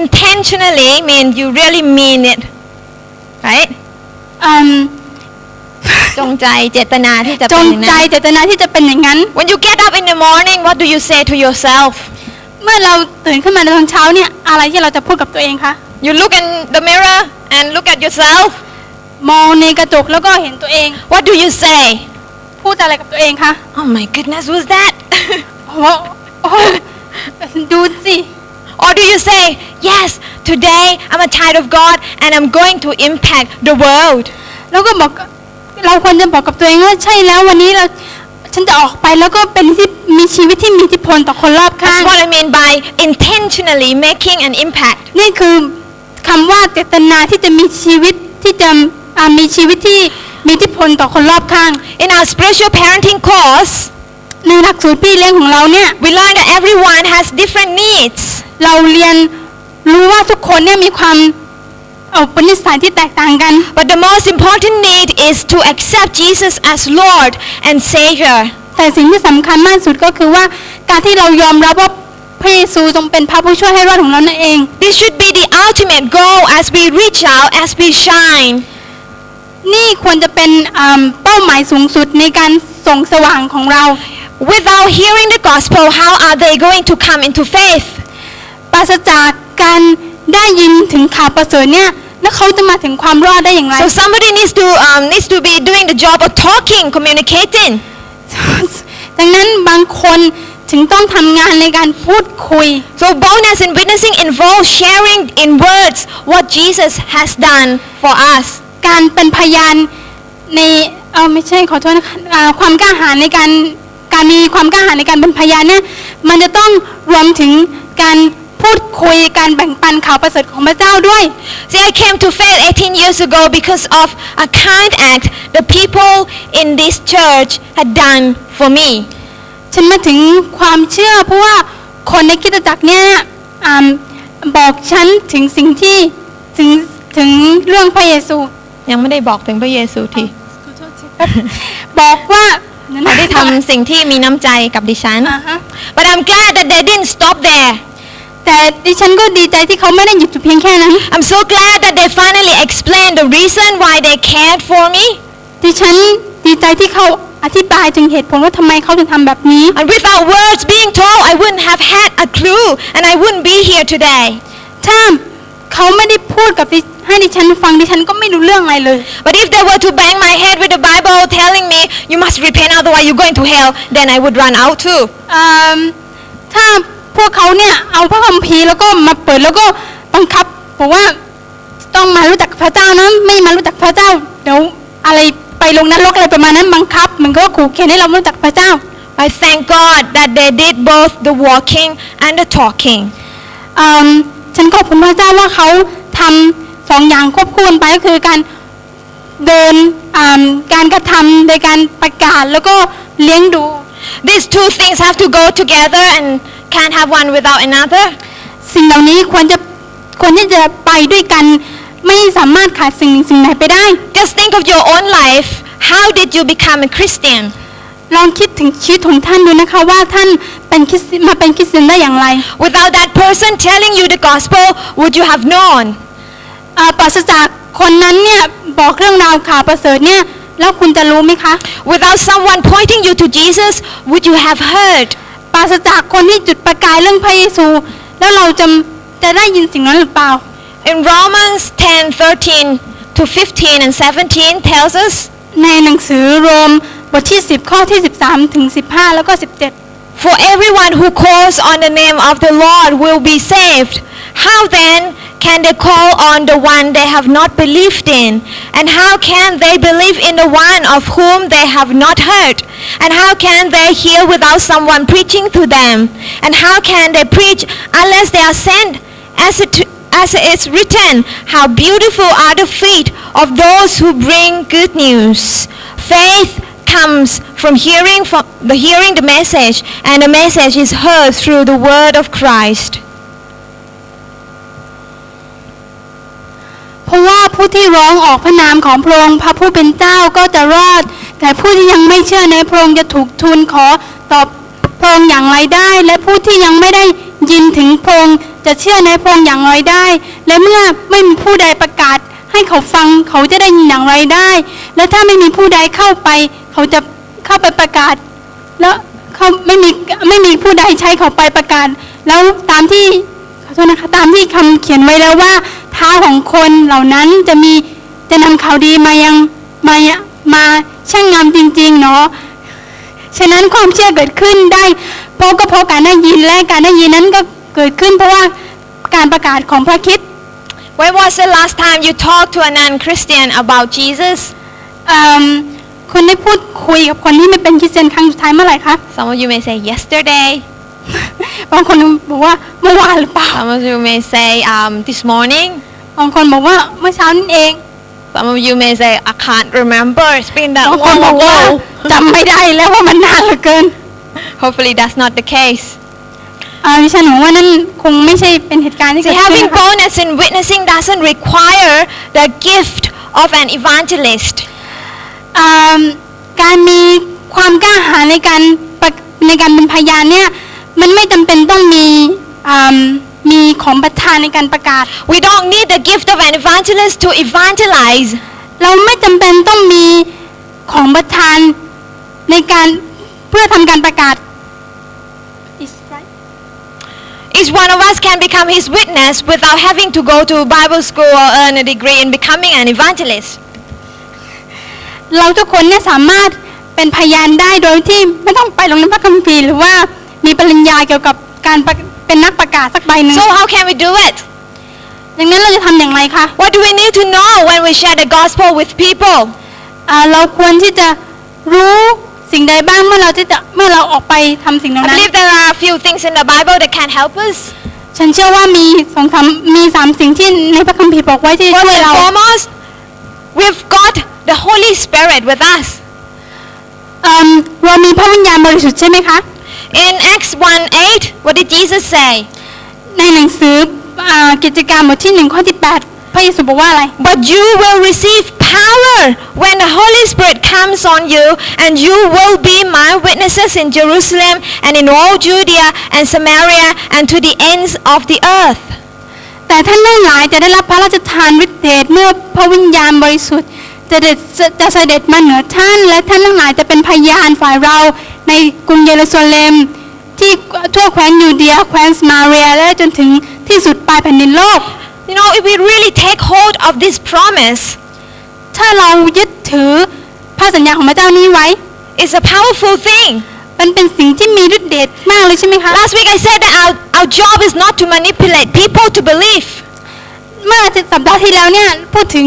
[SPEAKER 2] Intentionally mean you really mean it. Right?
[SPEAKER 1] อืมจงใจ
[SPEAKER 2] จงใจเจตนาที่จะเป็นอย่างนั้น
[SPEAKER 1] เจตนาที่จะเป็นอย่างนั้น
[SPEAKER 2] When you get up in the morning, what do you say to yourself?
[SPEAKER 1] เมื่อเราตื่นขึ้นมาในตอนเช้าเนี่ยอะไรที่เราจะพูดกับตัวเองคะ
[SPEAKER 2] You look in the mirror and look at yourself.
[SPEAKER 1] มองในกระจกแล้วก็เห็นตัวเอง
[SPEAKER 2] What do you say?
[SPEAKER 1] พูดอะไรกับตัวเองคะ
[SPEAKER 2] Oh my goodness, who's that?
[SPEAKER 1] โอ้โหโอ้โหดูสิ
[SPEAKER 2] Or do you say, yes, today I'm a child of God and I'm going to impact the world?
[SPEAKER 1] แล้วก็บอกเราควรจะบอกกับตัวเองว่าใช่แล้ววันนี้เราฉันจะออกไปแล้วก็เป็นที่มีชีวิตที่มีอิทธิพลต่อคนรอบข้าง
[SPEAKER 2] That's what I mean by intentionally making an impact.
[SPEAKER 1] นี่คือคำว่าเจตนาที่จะมีชีวิตที่จะอ่ามีชีวิตที่มีอิทธิพลต่อคนรอบข้าง
[SPEAKER 2] In our spiritual parenting course,
[SPEAKER 1] ในหลักสูตรพี่เลี้ยงของเราเนี่ย
[SPEAKER 2] we learn that everyone has different needs.
[SPEAKER 1] เราเรียนรู้ว่าทุกคนเนี่ยมีความเอาปนิสัยที่แตกต่างกัน
[SPEAKER 2] But the most important need is to accept Jesus as Lord and Savior.
[SPEAKER 1] แต่สิ่งที่สำคัญมากสุดก็คือว่าการที่เรายอมรับว่าพระเยซูทรงเป็นพระผู้ช่วยให้รอดของเรานั่นเอง
[SPEAKER 2] This should be the ultimate goal as we reach out, as we shine.
[SPEAKER 1] นี่ควรจะเป็นอ่าเป้าหมายสูงสุดในการส่องสว่างของเรา
[SPEAKER 2] Without hearing the gospel, how are they going to come into faith?
[SPEAKER 1] ปราศจากการได้ยินถึงข่าวประเสริฐเนี่ยแล้วเขาจะมาถึงความรอดได้อย่างไร
[SPEAKER 2] So somebody needs to um, needs to be doing the job of talking, communicating.
[SPEAKER 1] ดังนั้นบางคนถึงต้องทำงานในการพูดคุย
[SPEAKER 2] So boldness in witnessing involves sharing in words what Jesus has done for us.
[SPEAKER 1] การเป็นพยานในเออไม่ใช่ขอโทษนะคะอ่าความกล้าหาญในการการมีความกล้าหาญในการเป็นพยานเนี่ยมันจะต้องรวมถึงการพูดคุยการแบ่งปันข่าวประเสริฐของพระเจ้าด้วย
[SPEAKER 2] See, I came to faith 18 years ago because of a kind act the people in this church had done for me.
[SPEAKER 1] ฉันมาถึงความเชื่อ เพราะว่าคนในคริดจักรเนี่ยอ่าบอกฉันถึงสิ่งที่ถึงถึงเรื่องพระเยซู
[SPEAKER 2] ยังไม่ได้บอกถึงพระเยซูที
[SPEAKER 1] บอกว่า
[SPEAKER 2] เขาได้ทำสิ่งที่มีน้ำใจกับดิฉัน
[SPEAKER 1] อ่าฮะ
[SPEAKER 2] But I'm glad that they didn't stop there.
[SPEAKER 1] แต่ดิฉันก็ดีใจที่เขาไม่ได้หยุดอยู่เพียงแค่นั้น
[SPEAKER 2] I'm so glad that they finally explained the reason why they cared for me.
[SPEAKER 1] ดิฉันดีใจที่เขาอธิบายถึงเหตุผลว่าทำไมเขาถึงทำแบบนี้
[SPEAKER 2] And without words being told, I wouldn't have had a clue and I wouldn't be here today.
[SPEAKER 1] ถ้าเขาไม่ได้พูดกับดิให้ดิฉันฟังดิฉันก็ไม่รู้เรื่องอะไรเลย
[SPEAKER 2] But if they were to bang my head with the Bible telling me, you must repent otherwise you're going to hell, then I would run out too.
[SPEAKER 1] เอิ่มถ้าพวกเขาเนี่ยเอาพระคัมภีร์แล้วก็มาเปิดแล้วก็บังคับบอกว่าต้องมารู้จักพระเจ้านะไม่มารู้จักพระเจ้าเดี๋ยวอะไรไปลงนรกอะไรประมาณนั้นบังคับ มันก็ขู่เข็นให้เรารู้จักพระเจ้า
[SPEAKER 2] I thank God that they did both the walking and the talking.
[SPEAKER 1] เอิ่มฉันขอบคุณพระเจ้าว่าเขาทำสองอย่างควบคู่กันไปก็คือการเดินอ่าการกระทำโดยการประกาศแล้วก็เลี้ยงดู
[SPEAKER 2] These two things have to go together and can't have one without another.
[SPEAKER 1] สิ่งเหล่านี้ควรจะควรที่จะไปด้วยกัน ไม่สามารถขาดสิ่งหนึ่งสิ่งไหนไปได้
[SPEAKER 2] Just think of your own life. How did you become a Christian?
[SPEAKER 1] ลองคิดถึงชีวิตของท่านดูนะคะว่าท่านเป็นคริสมาเป็นคริสเตียนได้อย่างไร
[SPEAKER 2] Without that person telling you the gospel, would you have known?
[SPEAKER 1] เอ่อปราศจากคนนั้นเนี่ยบอกเรื่องราวข่าวประเสริฐเนี่ยแล้วคุณจะรู้ไหมคะ
[SPEAKER 2] Without someone pointing you to Jesus, would you have heard?
[SPEAKER 1] ปราศจากคนที่จุดประกายเรื่องพระเยซู แล้วเราจะจะได้ยินสิ่งนั้นหรือเปล่า
[SPEAKER 2] In Romans 10 13 to 15 and 17 tells us,
[SPEAKER 1] ในหนังสือโรมบทที่ 10 ข้อที่ 13 ถึง 15 แล้วก็
[SPEAKER 2] For everyone who calls on the name of the Lord will be saved. How then can they call on the one they have not believed in? And how can they believe in the one of whom they have not heard? And how can they hear without someone preaching to them? And how can they preach unless they are sent? As it, as it is written, how beautiful are the feet of those who bring good news. Faith comes from hearing from the hearing the message, and the message is heard through the word of Christ.
[SPEAKER 1] 17 เพราะว่าผู้ที่ร้องออกพระนามของพระองค์พระผู้เป็นเจ้าก็จะรอด แต่ผู้ที่ยังไม่เชื่อในพระองค์จะถูกทูลขอตอบพระองค์อย่างไรได้ และผู้ที่ยังไม่ได้ยินถึงพระองค์จะเชื่อในพระองค์อย่างไรได้ และเมื่อไม่มีผู้ใดประกาศ ให้เขาฟังเขาจะได้ยินอย่างไรได้ และถ้าไม่มีผู้ใดเข้าไป เขาจะเข้าไปประกาศ แล้วเขาไม่มีไม่มีผู้ใดใช้เขาไปประกาศ แล้วตามที่ขอโทษนะคะตามที่คำเขียนไว้แล้วว่าเท้าของคนเหล่านั้นจะมีจะนำข่าวดีมายังมามาช่างงามจริงๆเนาะฉะนั้นความเชื่อเกิดขึ้นได้เพราะก็เพราะการได้ยินและการได้ยินนั้นก็เกิดขึ้นเพราะว่า การประกาศของพระคริด
[SPEAKER 2] When was the last time you talked to a non-Christian about Jesus?
[SPEAKER 1] คนได้พูดคุยกับคนที่ไม่เป็นคริสเตียนครั้งสุดท้ายเมื่อไหร่คะ
[SPEAKER 2] Some of you may say yesterday.
[SPEAKER 1] บางคนบอกว่าเมื่อวานหรือเปล่า
[SPEAKER 2] Some of you may say um, this morning.
[SPEAKER 1] บางคนบอกว่าเมื่อเช้านี่เอง
[SPEAKER 2] Some of you may say I can't remember. It's been
[SPEAKER 1] บา
[SPEAKER 2] that
[SPEAKER 1] งคนบอกว่า
[SPEAKER 2] long ago.
[SPEAKER 1] จำไม่ได้แล้วว่ามันนานเหลือเกิน
[SPEAKER 2] Hopefully that's not the case.
[SPEAKER 1] อ่าดิฉันหวังว่านั่นคงไม่ใช่เป็นเหตุการณ์ที่เกิด
[SPEAKER 2] See,
[SPEAKER 1] ขึ้น
[SPEAKER 2] having
[SPEAKER 1] นะคะ
[SPEAKER 2] bonus in witnessing doesn't require the gift of an evangelist.
[SPEAKER 1] อ่าการมีความกล้าหาญในการประในการเป็นพยานเนี่ยมันไม่จำเป็นต้องมีอ่ามีของประธานในการประกาศ
[SPEAKER 2] We don't need the gift of an evangelist to evangelize.
[SPEAKER 1] เราไม่จำเป็นต้องมีของประธานในการเพื่อทำการประกาศ Is right?
[SPEAKER 2] Each one of us can become his witness without having to go to Bible school or earn a degree in becoming an evangelist.
[SPEAKER 1] เราทุกคนเนี่ยสามารถเป็นพยานได้โดยที่ไม่ต้องไปลงในพระคัมภีร์หรือว่ามีปริญญาเกี่ยวกับการประเป็นนักประกาศสักใบหนึ่ง
[SPEAKER 2] So how can we do it?
[SPEAKER 1] ดังนั้นเราจะทำอย่างไรคะ
[SPEAKER 2] What do we need to know when we share the gospel with people?
[SPEAKER 1] อ่าเราควรที่จะรู้สิ่งใดบ้างเมื่อเราที่จะเมื่อเราออกไปทำสิ่งเหล่า
[SPEAKER 2] I
[SPEAKER 1] นั้น
[SPEAKER 2] believe there are a few things in the Bible that can help us.
[SPEAKER 1] ฉันเชื่อว่ามีสองสามมีสามสิ่งที่ในพระคัมภีร์บอกไว้ที่จะ
[SPEAKER 2] First
[SPEAKER 1] ช่วย
[SPEAKER 2] and
[SPEAKER 1] เรา
[SPEAKER 2] foremost, we've got the Holy Spirit with us.
[SPEAKER 1] เอิ่มเรามีพระวิญญาณบริสุทธิ์ใช่ไหมคะ
[SPEAKER 2] In Acts 1 8, what did Jesus say?
[SPEAKER 1] ในหนังสืออากิจการบทที่หนึ่งข้อที่ 8 พระเยซูบอกว่าอะไร
[SPEAKER 2] But you will receive power when the Holy Spirit comes on you, and you will be my witnesses in Jerusalem and in all Judea and Samaria and to the ends of the earth.
[SPEAKER 1] แต่ท่านทั้งหลายจะได้รับพระราชทานฤทธิเดชเมื่อพระวิญญาณบริสุทธิ์จะเด็ดจะจะเสด็จมาเหนือท่าน และท่านทั้งหลายจะเป็นพยานฝ่ายเราในกรุงเยรูซาเล็ม ที่ทั่วแคว้นยูเดีย แคว้นสมาเรีย และจนถึงที่สุดปลายแผ่นดินโลก
[SPEAKER 2] You know, if we really take hold of this promise,
[SPEAKER 1] ถ้าเรายึดถือพระสัญญาของพระเจ้านี้ไว้
[SPEAKER 2] it's a powerful thing.
[SPEAKER 1] มันเป็นสิ่งที่มีฤทธิเดชมากเลยใช่ไหมคะ
[SPEAKER 2] Last week I said that our, our job is not to manipulate people to believe.
[SPEAKER 1] เมื่ออาทิตย์สัปดาห์ที่แล้วเนี่ยพูดถึง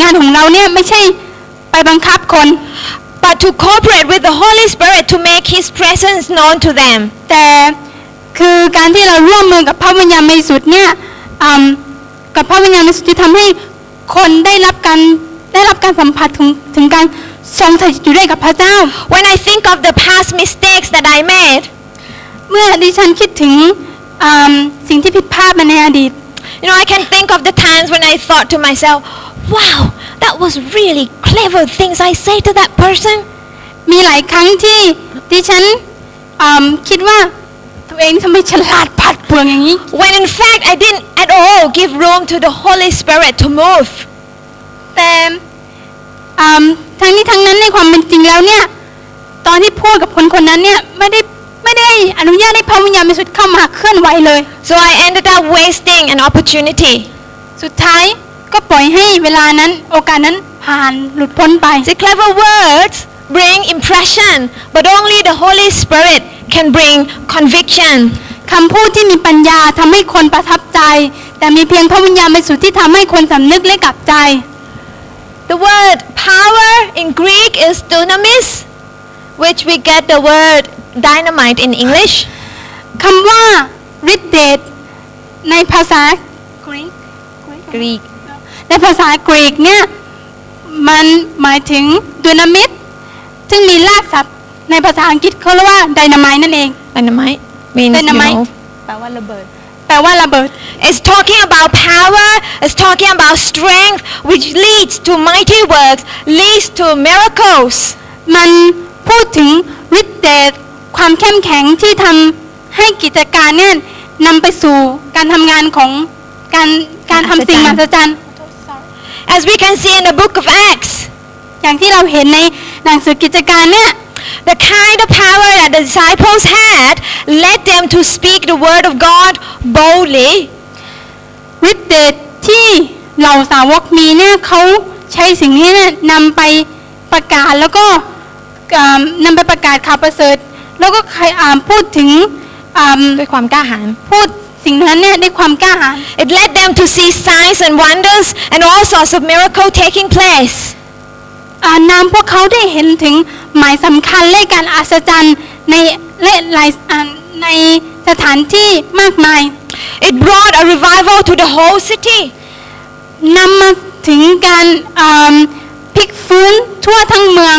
[SPEAKER 1] งานของเราเนี่ยไม่ใช่ไปบังคับคน
[SPEAKER 2] But to cooperate with the Holy Spirit to make His presence known to them.
[SPEAKER 1] แต่คือการที่เราร่วมมือกับพระวิญญาณบริสุทธิ์เนี่ยอืมกับพระวิญญาณบริสุทธิ์ที่ทำให้คนได้รับการได้รับการสัมผัสถึงถึงการทรงสถิตอยู่ด้วยกับพระเจ้า
[SPEAKER 2] When I think of the past mistakes that I made,
[SPEAKER 1] เมื่อดิฉันคิดถึงอืมสิ่งที่ผิดพลาดมาในอดีต
[SPEAKER 2] You know, I can think of the times when I thought to myself, wow, that was really clever things I say to that person.
[SPEAKER 1] มีหลายครั้งที่ดิฉันอืมคิดว่าตัวเองทำไมฉลาดผัดเปลืองอย่างนี้
[SPEAKER 2] When in fact, I didn't at all give room to the Holy Spirit to move.
[SPEAKER 1] แต่อืมทั้งนี้ทั้งนั้นในความเป็นจริงแล้วเนี่ย ตอนที่พูดกับคนคนนั้นเนี่ยไม่ได้ไม่ได้อนุญาตให้พระวิญญาณบริสุทธิ์เข้ามาเคลื่อนไหวเลย
[SPEAKER 2] So I ended up wasting an opportunity.
[SPEAKER 1] สุดท้ายก็ปล่อยให้เวลานั้นโอกาสนั้นผ่านหลุดพ้นไป
[SPEAKER 2] See, clever words bring impression, but only the Holy Spirit can bring conviction.
[SPEAKER 1] คำพูดที่มีปัญญาทำให้คนประทับใจ แต่มีเพียงพระวิญญาณบริสุทธิ์ที่ทำให้คนสำนึกและกลับใจ
[SPEAKER 2] The word power in Greek is dunamis, which we get the word dynamite in English.
[SPEAKER 1] คำว่าฤทธิเดชในภาษากรีก
[SPEAKER 2] Greek.
[SPEAKER 1] ในภาษากรีกเนี่ยมันหมายถึงดูนามิตซึ่งมีรากศัพท์ในภาษาอังกฤษเขาเรียกว่าไดนาไมนั่นเอง
[SPEAKER 2] Dynamite means,
[SPEAKER 1] Dynamite.
[SPEAKER 2] you know,
[SPEAKER 1] แปลว่าระเบิด
[SPEAKER 2] it's talking about power, it's talking about strength, which leads to mighty works, leads to miracles.
[SPEAKER 1] มันพูดถึงฤทธิ์เดชความเข้มแข็งที่ทำให้กิจการเนี่ยนำไปสู่การทำงานของการการทำสิ่งมหัศจรรย์
[SPEAKER 2] As we can see in the book of Acts,
[SPEAKER 1] อย่างที่เราเห็นในหนังสือกิจการเนี่ย
[SPEAKER 2] the kind of power that the disciples had led them to speak the word of God boldly.
[SPEAKER 1] ฤทธิ์เดชที่เหล่าสาวกมีเนี่ยเขาใช้สิ่งนี้เนี่ยนำไปประกาศแล้วก็เอิ่มนำไปประกาศข่าวประเสริฐ แล้วก็ใครอ่านพูดถึงอ่า
[SPEAKER 2] ด้วยความกล้าหาญ
[SPEAKER 1] พูด สิ่งนั้นเนี่ยได้ความกล้าหาญ
[SPEAKER 2] It led them to see signs and wonders and all sorts of miracle taking place.
[SPEAKER 1] อ่านามพวกเขาได้เห็นถึงหมายสำคัญและการอัศจรรย์ในและหลายอ่าในสถานที่มากมาย
[SPEAKER 2] It brought a revival to the whole city.
[SPEAKER 1] นำมาถึงการอ่าพลิกฟื้นทั่วทั้งเมือง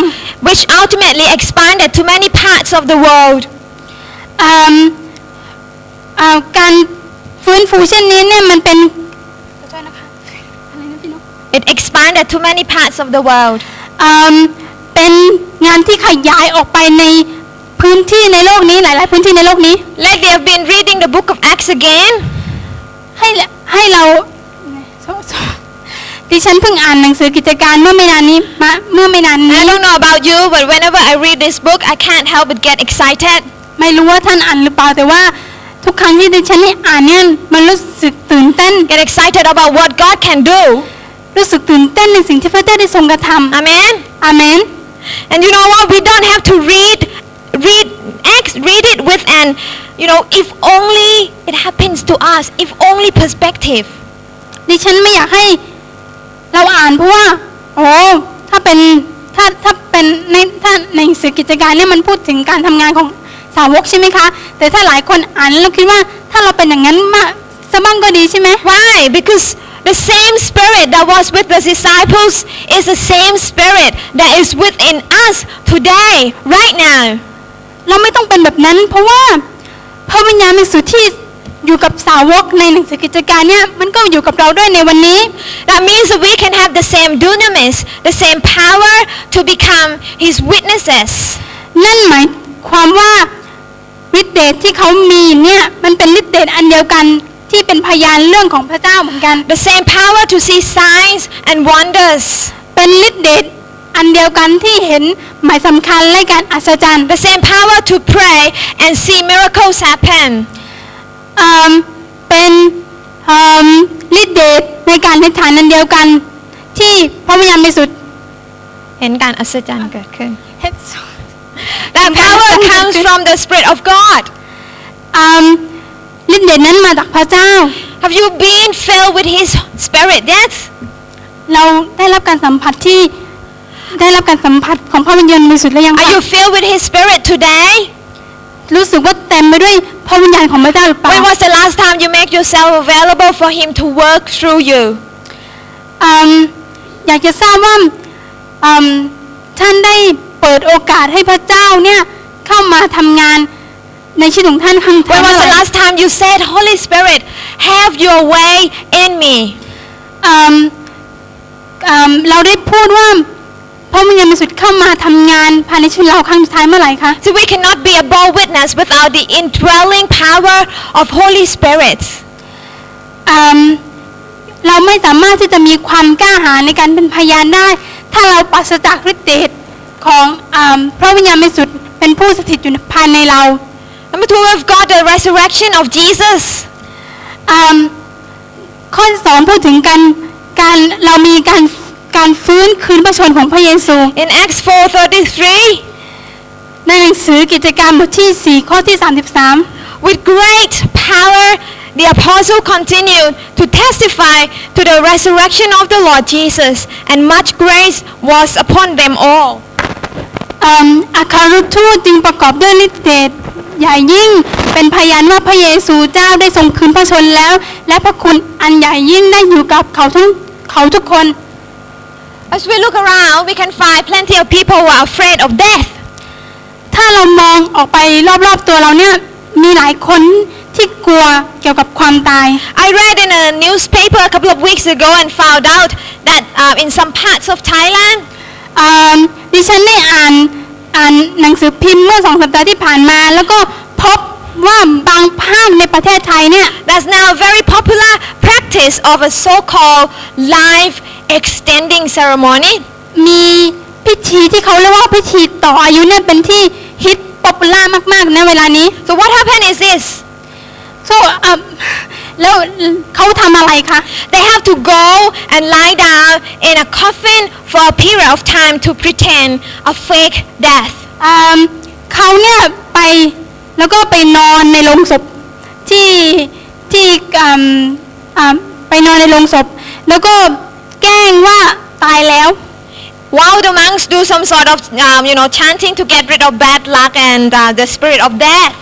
[SPEAKER 2] which ultimately expanded to many parts of the world.
[SPEAKER 1] อ่าอ่าการฟื้นฟูเช่นนี้เนี่ยมันเป็นขอโทษนะคะอะไรนะพี่นก
[SPEAKER 2] It expanded to many parts of the world.
[SPEAKER 1] อ่าเป็นงานที่ขยายออกไปในพื้นที่ในโลกนี้หลาย ๆ พื้นที่ในโลกนี้
[SPEAKER 2] Like they have been reading the book of Acts again,
[SPEAKER 1] ให้ละให้เราโซโซดิฉันเพิ่งอ่านหนังสือกิจการเมื่อไม่นานนี้มาเมื่อไม่นาน
[SPEAKER 2] I
[SPEAKER 1] นี้
[SPEAKER 2] don't know about you, but whenever I read this book, I can't help but get excited.
[SPEAKER 1] ไม่รู้ว่าท่านอ่านหรือเปล่าแต่ว่าทุกครั้งที่ดิฉันได้อ่านเนี่ยมันรู้สึกตื่นเต้น
[SPEAKER 2] Get excited about what God can do.
[SPEAKER 1] รู้สึกตื่นเต้นในสิ่งที่พระเจ้าได้ทรงกระท
[SPEAKER 2] Amen.
[SPEAKER 1] ำอาเมน
[SPEAKER 2] And you know what? We don't have to read read Acts, read it with an you know, if only it happens to us, if only perspective.
[SPEAKER 1] ดิฉันไม่อยากให้เราอ่านเพราะว่าโอ้ถ้าเป็นถ้าถ้าเป็นในถ้าในหนังสือกิจการเนี่ยมันพูดถึงการทำงานของสาวกใช่ไหมคะ แต่ถ้าหลายคนอ่านแล้วคิดว่าถ้าเราเป็นอย่างนั้นมากสมั่งก็ดีใช่ไหม
[SPEAKER 2] Why? Because the same spirit that was with the disciples is the same spirit that is within us today, right now.
[SPEAKER 1] เราไม่ต้องเป็นแบบนั้น เพราะว่าพระวิญญาณบริสุทธิ์ที่อยู่กับสาวกในหนังสือกิจการเนี่ยมันก็อยู่กับเราด้วยในวันนี้
[SPEAKER 2] That means that we can have the same dunamis, the same power to become his witnesses.
[SPEAKER 1] นั่นหมายความว่าฤทธิ์เดชที่เขามีเนี่ยมันเป็นฤทธิ์เดชอันเดียวกันที่เป็นพยานเรื่องของพระเจ้าเหมือนกัน
[SPEAKER 2] The same power to see signs and wonders.
[SPEAKER 1] เป็นฤทธิ์เดชอันเดียวกันที่เห็นหมายสำคัญและการอัศจรรย์
[SPEAKER 2] The same power to pray and see miracles happen.
[SPEAKER 1] เอิ่มเป็นเอิ่มฤทธิ์เดชในการในฐานอันเดียวกัน ที่พระวิญญาณบริสุทธิ์
[SPEAKER 2] เห็นการอัศจรรย์เกิดขึ้น
[SPEAKER 1] เฮ็ด
[SPEAKER 2] That power comes from the Spirit of God.
[SPEAKER 1] เอิ่มฤทธิ์เดชนั้นมาจากพระเจ้า
[SPEAKER 2] Have you been filled with His Spirit yet?
[SPEAKER 1] เราได้รับการสัมผัสที่ได้รับการสัมผัสของพระวิญญาณบริสุทธิ์หรือยังคะ
[SPEAKER 2] Are you filled with His Spirit today?
[SPEAKER 1] รู้สึกว่าเต็มไปด้วยพระวิญญาณของพระเจ้าหรือเปล่า
[SPEAKER 2] When was the last time you made yourself available for Him to work through you?
[SPEAKER 1] เอิ่มอยากจะทราบว่าเอิ่มท่านได้เปิดโอกาสให้พระเจ้าเนี่ยเข้ามาทำงานในชีวิตของท่านครั้ง
[SPEAKER 2] When was the last time you said, Holy Spirit, have your way in me?
[SPEAKER 1] เอิ่มเอิ่มเราได้พูดว่าพระวิญญาณบริสุทธิ์เข้ามาทำงานภายในชีวิตเราครั้งสุดท้ายเมื่อไหร่คะ
[SPEAKER 2] So we cannot be a bold witness without the indwelling power of Holy Spirit.
[SPEAKER 1] เอิ่มเราไม่สามารถที่จะมีความกล้าหาญในการเป็นพยานได้ ถ้าเราปราศจากฤทธิ์เดชของเอมพระวิญญาณบริสุทธิ์เป็นผู้สถิตอยู่ภายในเรา
[SPEAKER 2] Number two, we've got the resurrection of Jesus.
[SPEAKER 1] เอิ่มข้อที่สองพูดถึงการการเรามีการการฟื้นคืนพระชนของพระเยซู
[SPEAKER 2] In Acts 4.33,
[SPEAKER 1] ในหนังสือกิจการบทที่ 4 ข้อที่
[SPEAKER 2] with great power, the apostle continued to testify to the resurrection of the Lord Jesus, and much grace was upon them all.
[SPEAKER 1] 33เอิ่มอัครรูปทูตจึงประกอบด้วยฤทธิ์เดชใหญ่ยิ่งเป็นพยานว่าพระเยซูเจ้าได้ทรงคืนพระชนแล้ว และพระคุณอันใหญ่ยิ่งได้อยู่กับเขาทุกเขาทุกคน
[SPEAKER 2] As we look around, we can find plenty of people who are afraid of death.
[SPEAKER 1] ถ้าเรามองออกไปรอบๆตัวเราเนี่ยมีหลายคนที่กลัวเกี่ยวกับความตาย
[SPEAKER 2] I read in a newspaper a couple of weeks ago and found out that uh, in some parts of Thailand,
[SPEAKER 1] เอิ่มดิฉันได้อ่านอ่านหนังสือพิมพ์เมื่อสองสัปดาห์ที่ผ่านมา แล้วก็พบว่าบางภาคในประเทศไทยเนี่ย
[SPEAKER 2] there's now a very popular practice of a so-called life extending ceremony.
[SPEAKER 1] มีพิธีที่เขาเรียกว่าพิธีต่ออายุเนี่ยเป็นที่ฮิตป๊อปปูล่ามากๆในะเวลานี้
[SPEAKER 2] So what happened is this,
[SPEAKER 1] สู้อ่ะแล้วเขาทำอะไรคะ
[SPEAKER 2] they have to go and lie down in a coffin for a period of time to pretend a fake death.
[SPEAKER 1] เอิ่มเขาเนี่ยไปแล้วก็ไปนอนในโรงศพที่ท ที่อืมอ่าไปนอนในโรงศพ แล้วก็แกล้งว่าตายแล้ว
[SPEAKER 2] While the monks do some sort of, um, you know, chanting to get rid of bad luck and uh, the spirit of death,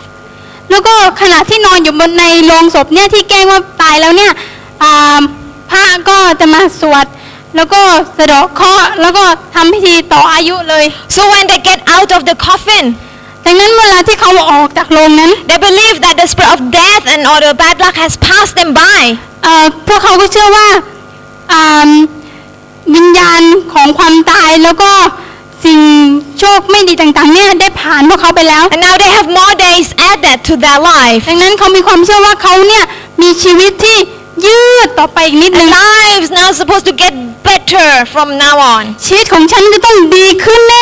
[SPEAKER 1] แล้วก็ขณะที่นอนอยู่บนในโรงศพเนี่ยที่แกล้งว่าตายแล้วเนี่ยอ่าพระก็จะมาสวด แล้วก็สะเดาะเคราะห์แล้วก็ทำพิธีต่ออายุเลย
[SPEAKER 2] So when they get out of the coffin,
[SPEAKER 1] ดังนั้นเวลาที่เขาออกจากโรงนั้น
[SPEAKER 2] they believe that the spirit of death and all the bad luck has passed them by.
[SPEAKER 1] เอ่อพวกเขาก็เชื่อว่าอ่าวิญญาณของความตายแล้วก็สิ่งโชคไม่ดีต่างๆเนี่ยได้ผ่านพวกเขาไปแล้ว
[SPEAKER 2] And now they have more days added to their life.
[SPEAKER 1] ดังนั้นเขามีความเชื่อว่าเขาเนี่ยมีชีวิตที่ยืดต่อไปอีกนิดนึ
[SPEAKER 2] And
[SPEAKER 1] ง
[SPEAKER 2] lives now supposed to get better from now on.
[SPEAKER 1] ชีวิตของฉันจะต้องดีขึ้นแน่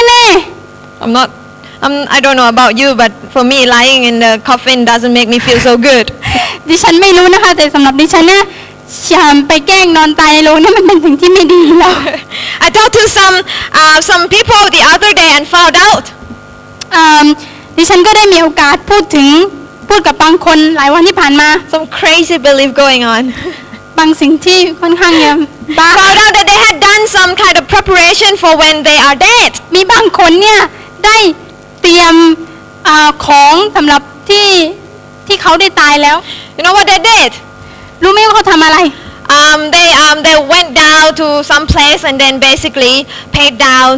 [SPEAKER 1] ๆ
[SPEAKER 2] I'm not I'm, I don't know about you, but for me, lying in the coffin doesn't make me feel so good.
[SPEAKER 1] ดิฉันไม่รู้นะคะ แต่สำหรับดิฉันเนี่ยชามไปแกล้งนอนตายในโรงนั่นมันเป็นสิ่งที่ไม่ดีแล้ว
[SPEAKER 2] I talked to some uh, some people the other day and found out
[SPEAKER 1] อืมดิฉันก็ได้มีโอกาสพูดถึงพูดกับบางคนหลายวันที่ผ่านมา
[SPEAKER 2] some crazy belief going on.
[SPEAKER 1] บางสิ่งที่ค่อนข้างเนี่ยบ้า
[SPEAKER 2] found out that they had done some kind of preparation for when they are dead.
[SPEAKER 1] มีบางคนเนี่ยได้เตรียมอาของสำหรับที่ที่เขาได้ตายแล้ว
[SPEAKER 2] You know what they did?
[SPEAKER 1] รู้ไหมว่าเขาทำอะไร
[SPEAKER 2] Um, they um, they went down to some place and then basically paid down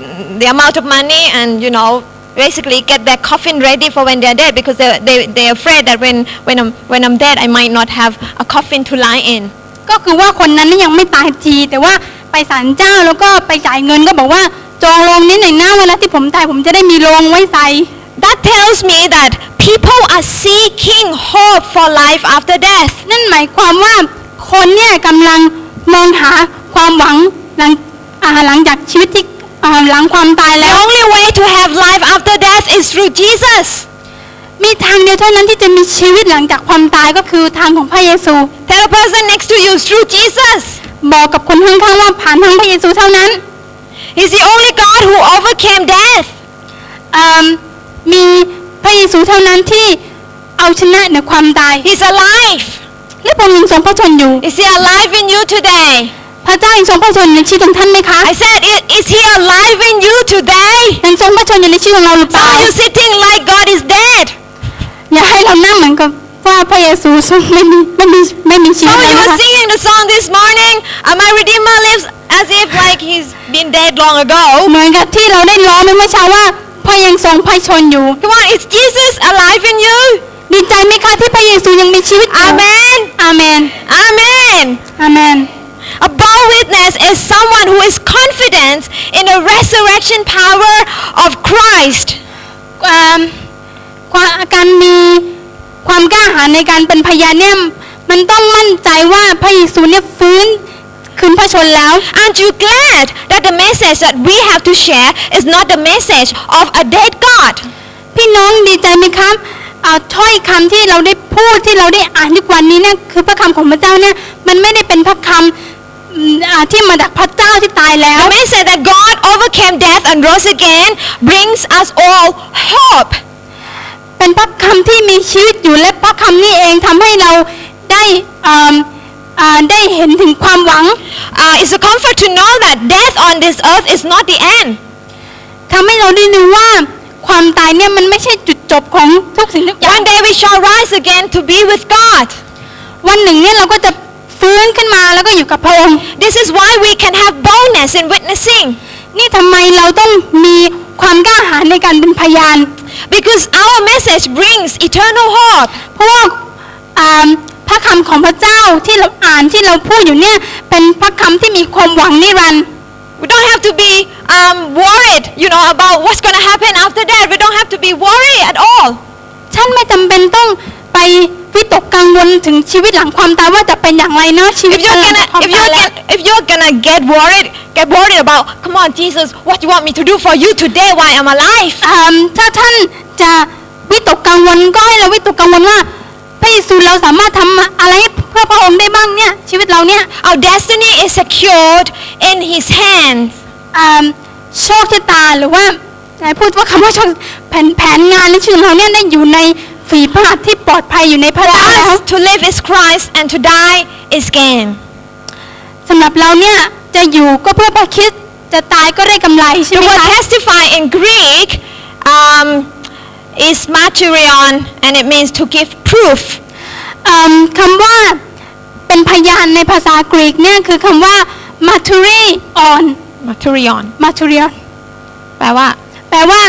[SPEAKER 2] mm, the amount of money and you know basically get their coffin ready for when they're dead because they they they're afraid that when when I'm when I'm dead I might not have a coffin to lie in.
[SPEAKER 1] ก็คือว่าคนนั้นเนี่ยยังไม่ตายที แต่ว่าไปศาลเจ้าแล้วก็ไปจ่ายเงินก็บอกว่าจองโรงนี้หน่อยนะเวลาที่ผมตายผมจะได้มีโรงไว้ใส่
[SPEAKER 2] That tells me that people are seeking hope for life after death.
[SPEAKER 1] นั่นหมายความว่าคนเนี่ยกำลังมองหาความหวังหลังอ่าหลังจากชีวิตที่อ่าหลังความตาย
[SPEAKER 2] The
[SPEAKER 1] แล้ว
[SPEAKER 2] only way to have life after death is through Jesus.
[SPEAKER 1] มีทางเดียวเท่านั้นที่จะมีชีวิตหลังจากความตายก็คือทางของพระเยซู
[SPEAKER 2] Tell the person next to you through Jesus.
[SPEAKER 1] บอกกับคนข้างๆว่าผ่านทางพระเยซูเท่านั้น
[SPEAKER 2] He's the only God who overcame death.
[SPEAKER 1] อืมมีพระเยซูเท่านั้นที่เอาชนะเหนือความตาย
[SPEAKER 2] He's alive.
[SPEAKER 1] และพระองค์ยังทรงพระชนอยู่
[SPEAKER 2] Is he alive in you today?
[SPEAKER 1] พระเจ้ายังทรงพระชนอยู่ในชีวิตของท่านไหมคะ
[SPEAKER 2] I said, i- is he alive in you today?
[SPEAKER 1] ยังทรงพระชนอยู่ในชีวิตของเราหรือเป
[SPEAKER 2] So
[SPEAKER 1] ล่า
[SPEAKER 2] are you sitting like God is dead?
[SPEAKER 1] อย่าให้เราหน้าเหมือนกับว่าพระเยซูทรงไม่มีไม่มีไม่มีชีวิ
[SPEAKER 2] So
[SPEAKER 1] ตแล้ว
[SPEAKER 2] you
[SPEAKER 1] นะ
[SPEAKER 2] were
[SPEAKER 1] คะ
[SPEAKER 2] singing the song this morning, uh, my Redeemer lives as if like he's been dead long ago.
[SPEAKER 1] เหมือนกับที่เราได้ร้องไปเมื่อเช้าว่าพระยังทรงพระชนอยู่
[SPEAKER 2] Come on, is Jesus alive in you?
[SPEAKER 1] ดีใจไหมคะที่พระเยซูยังมีชีวิตอยู่
[SPEAKER 2] Amen.
[SPEAKER 1] อาเมน
[SPEAKER 2] Amen.
[SPEAKER 1] อาเมน
[SPEAKER 2] A bold witness is someone who is confident in the resurrection power of Christ.
[SPEAKER 1] อ่าความอาการมีความกล้าหาญในการเป็นพยานเนี่ยมันต้องมั่นใจว่าพระเยซูเนี่ยฟื้นคืนพระชนแล้ว
[SPEAKER 2] Aren't you glad that the message that we have to share is not the message of a dead God?
[SPEAKER 1] พี่น้องดีใจไหมครับอ่าถ้อยคำที่เราได้พูดที่เราได้อ่านทุกวันนี้เนี่ยคือพระคำของพระเจ้าเนี่ยมันไม่ได้เป็นพระคำอืมอ่าที่มาจากพระเจ้าที่ตายแล้ว
[SPEAKER 2] The message that God overcame death and rose again brings us all hope.
[SPEAKER 1] เป็นพระคำที่มีชีวิตอยู่และพระคำนี้เองทำให้เราได้อ่าอ่าได้เห็นถึงความหวัง
[SPEAKER 2] Uh, it's a comfort to know that death on this earth is not the end.
[SPEAKER 1] ทำให้เราได้รู้ว่าความตายเนี่ยมันไม่ใช่จุดจบของทุกสิ่งทุกอย่าง
[SPEAKER 2] One day we shall rise again to be with God.
[SPEAKER 1] วันหนึ่งเนี่ยเราก็จะฟื้นขึ้นมาแล้วก็อยู่กับพระองค์
[SPEAKER 2] This is why we can have boldness in witnessing.
[SPEAKER 1] นี่ทำไมเราต้องมีความกล้าหาญในการเป็นพยาน
[SPEAKER 2] Because our message brings eternal hope.
[SPEAKER 1] เพราะว่าอ่าพระคำของพระเจ้าที่เราอ่านที่เราพูดอยู่เนี่ยเป็นพระคำที่มีความหวังนิรันดร์
[SPEAKER 2] We don't have to be um, worried, you know, about what's going to happen after that. We don't have to be worried at all.
[SPEAKER 1] ฉันไม่จำเป็นต้องไปวิตกกังวลถึงชีวิตหลังความตายว่าจะเป็นอย่างไรเนาะ ชีวิต
[SPEAKER 2] If
[SPEAKER 1] หลั
[SPEAKER 2] you're
[SPEAKER 1] ง
[SPEAKER 2] gonna,
[SPEAKER 1] ความ
[SPEAKER 2] if
[SPEAKER 1] ตาย
[SPEAKER 2] you're
[SPEAKER 1] แล้ว
[SPEAKER 2] gonna, if you're gonna get worried, get worried about, come on, Jesus, what do you want me to do for you today while I'm alive?
[SPEAKER 1] อ่าถ้าท่านจะวิตกกังวลก็ให้เราวิตกกังวลว่าพระเยซูเราสามารถทำอะไรให้เพื่อพระองค์ได้บ้างเนี่ยชีวิตเราเนี่ย
[SPEAKER 2] Our destiny is secured in His hands.
[SPEAKER 1] อ่าโชคชะตาหรือว่าจะพูดว่าคำว่าโชคแผนแผนงานในชีวิตของเราเนี่ยได้อยู่ใน ฝีพระหัตถ์ที่ปลอดภัยอยู่ในพระเจ้าแล้ว
[SPEAKER 2] us to live is Christ and to die is gain.
[SPEAKER 1] สำหรับเราเนี่ยจะอยู่ก็เพื่อพระคริดจะตายก็ได้กำไรใช่
[SPEAKER 2] The
[SPEAKER 1] ไหม
[SPEAKER 2] word
[SPEAKER 1] คะ
[SPEAKER 2] testify in Greek um, is martyrion and it means to give proof.
[SPEAKER 1] เอิ่มคำว่าเป็นพยานในภาษากรีกเนี่ยคือคำว่า martyri on
[SPEAKER 2] Martyrion.
[SPEAKER 1] martyrion
[SPEAKER 2] แปลว่า
[SPEAKER 1] แปลว่า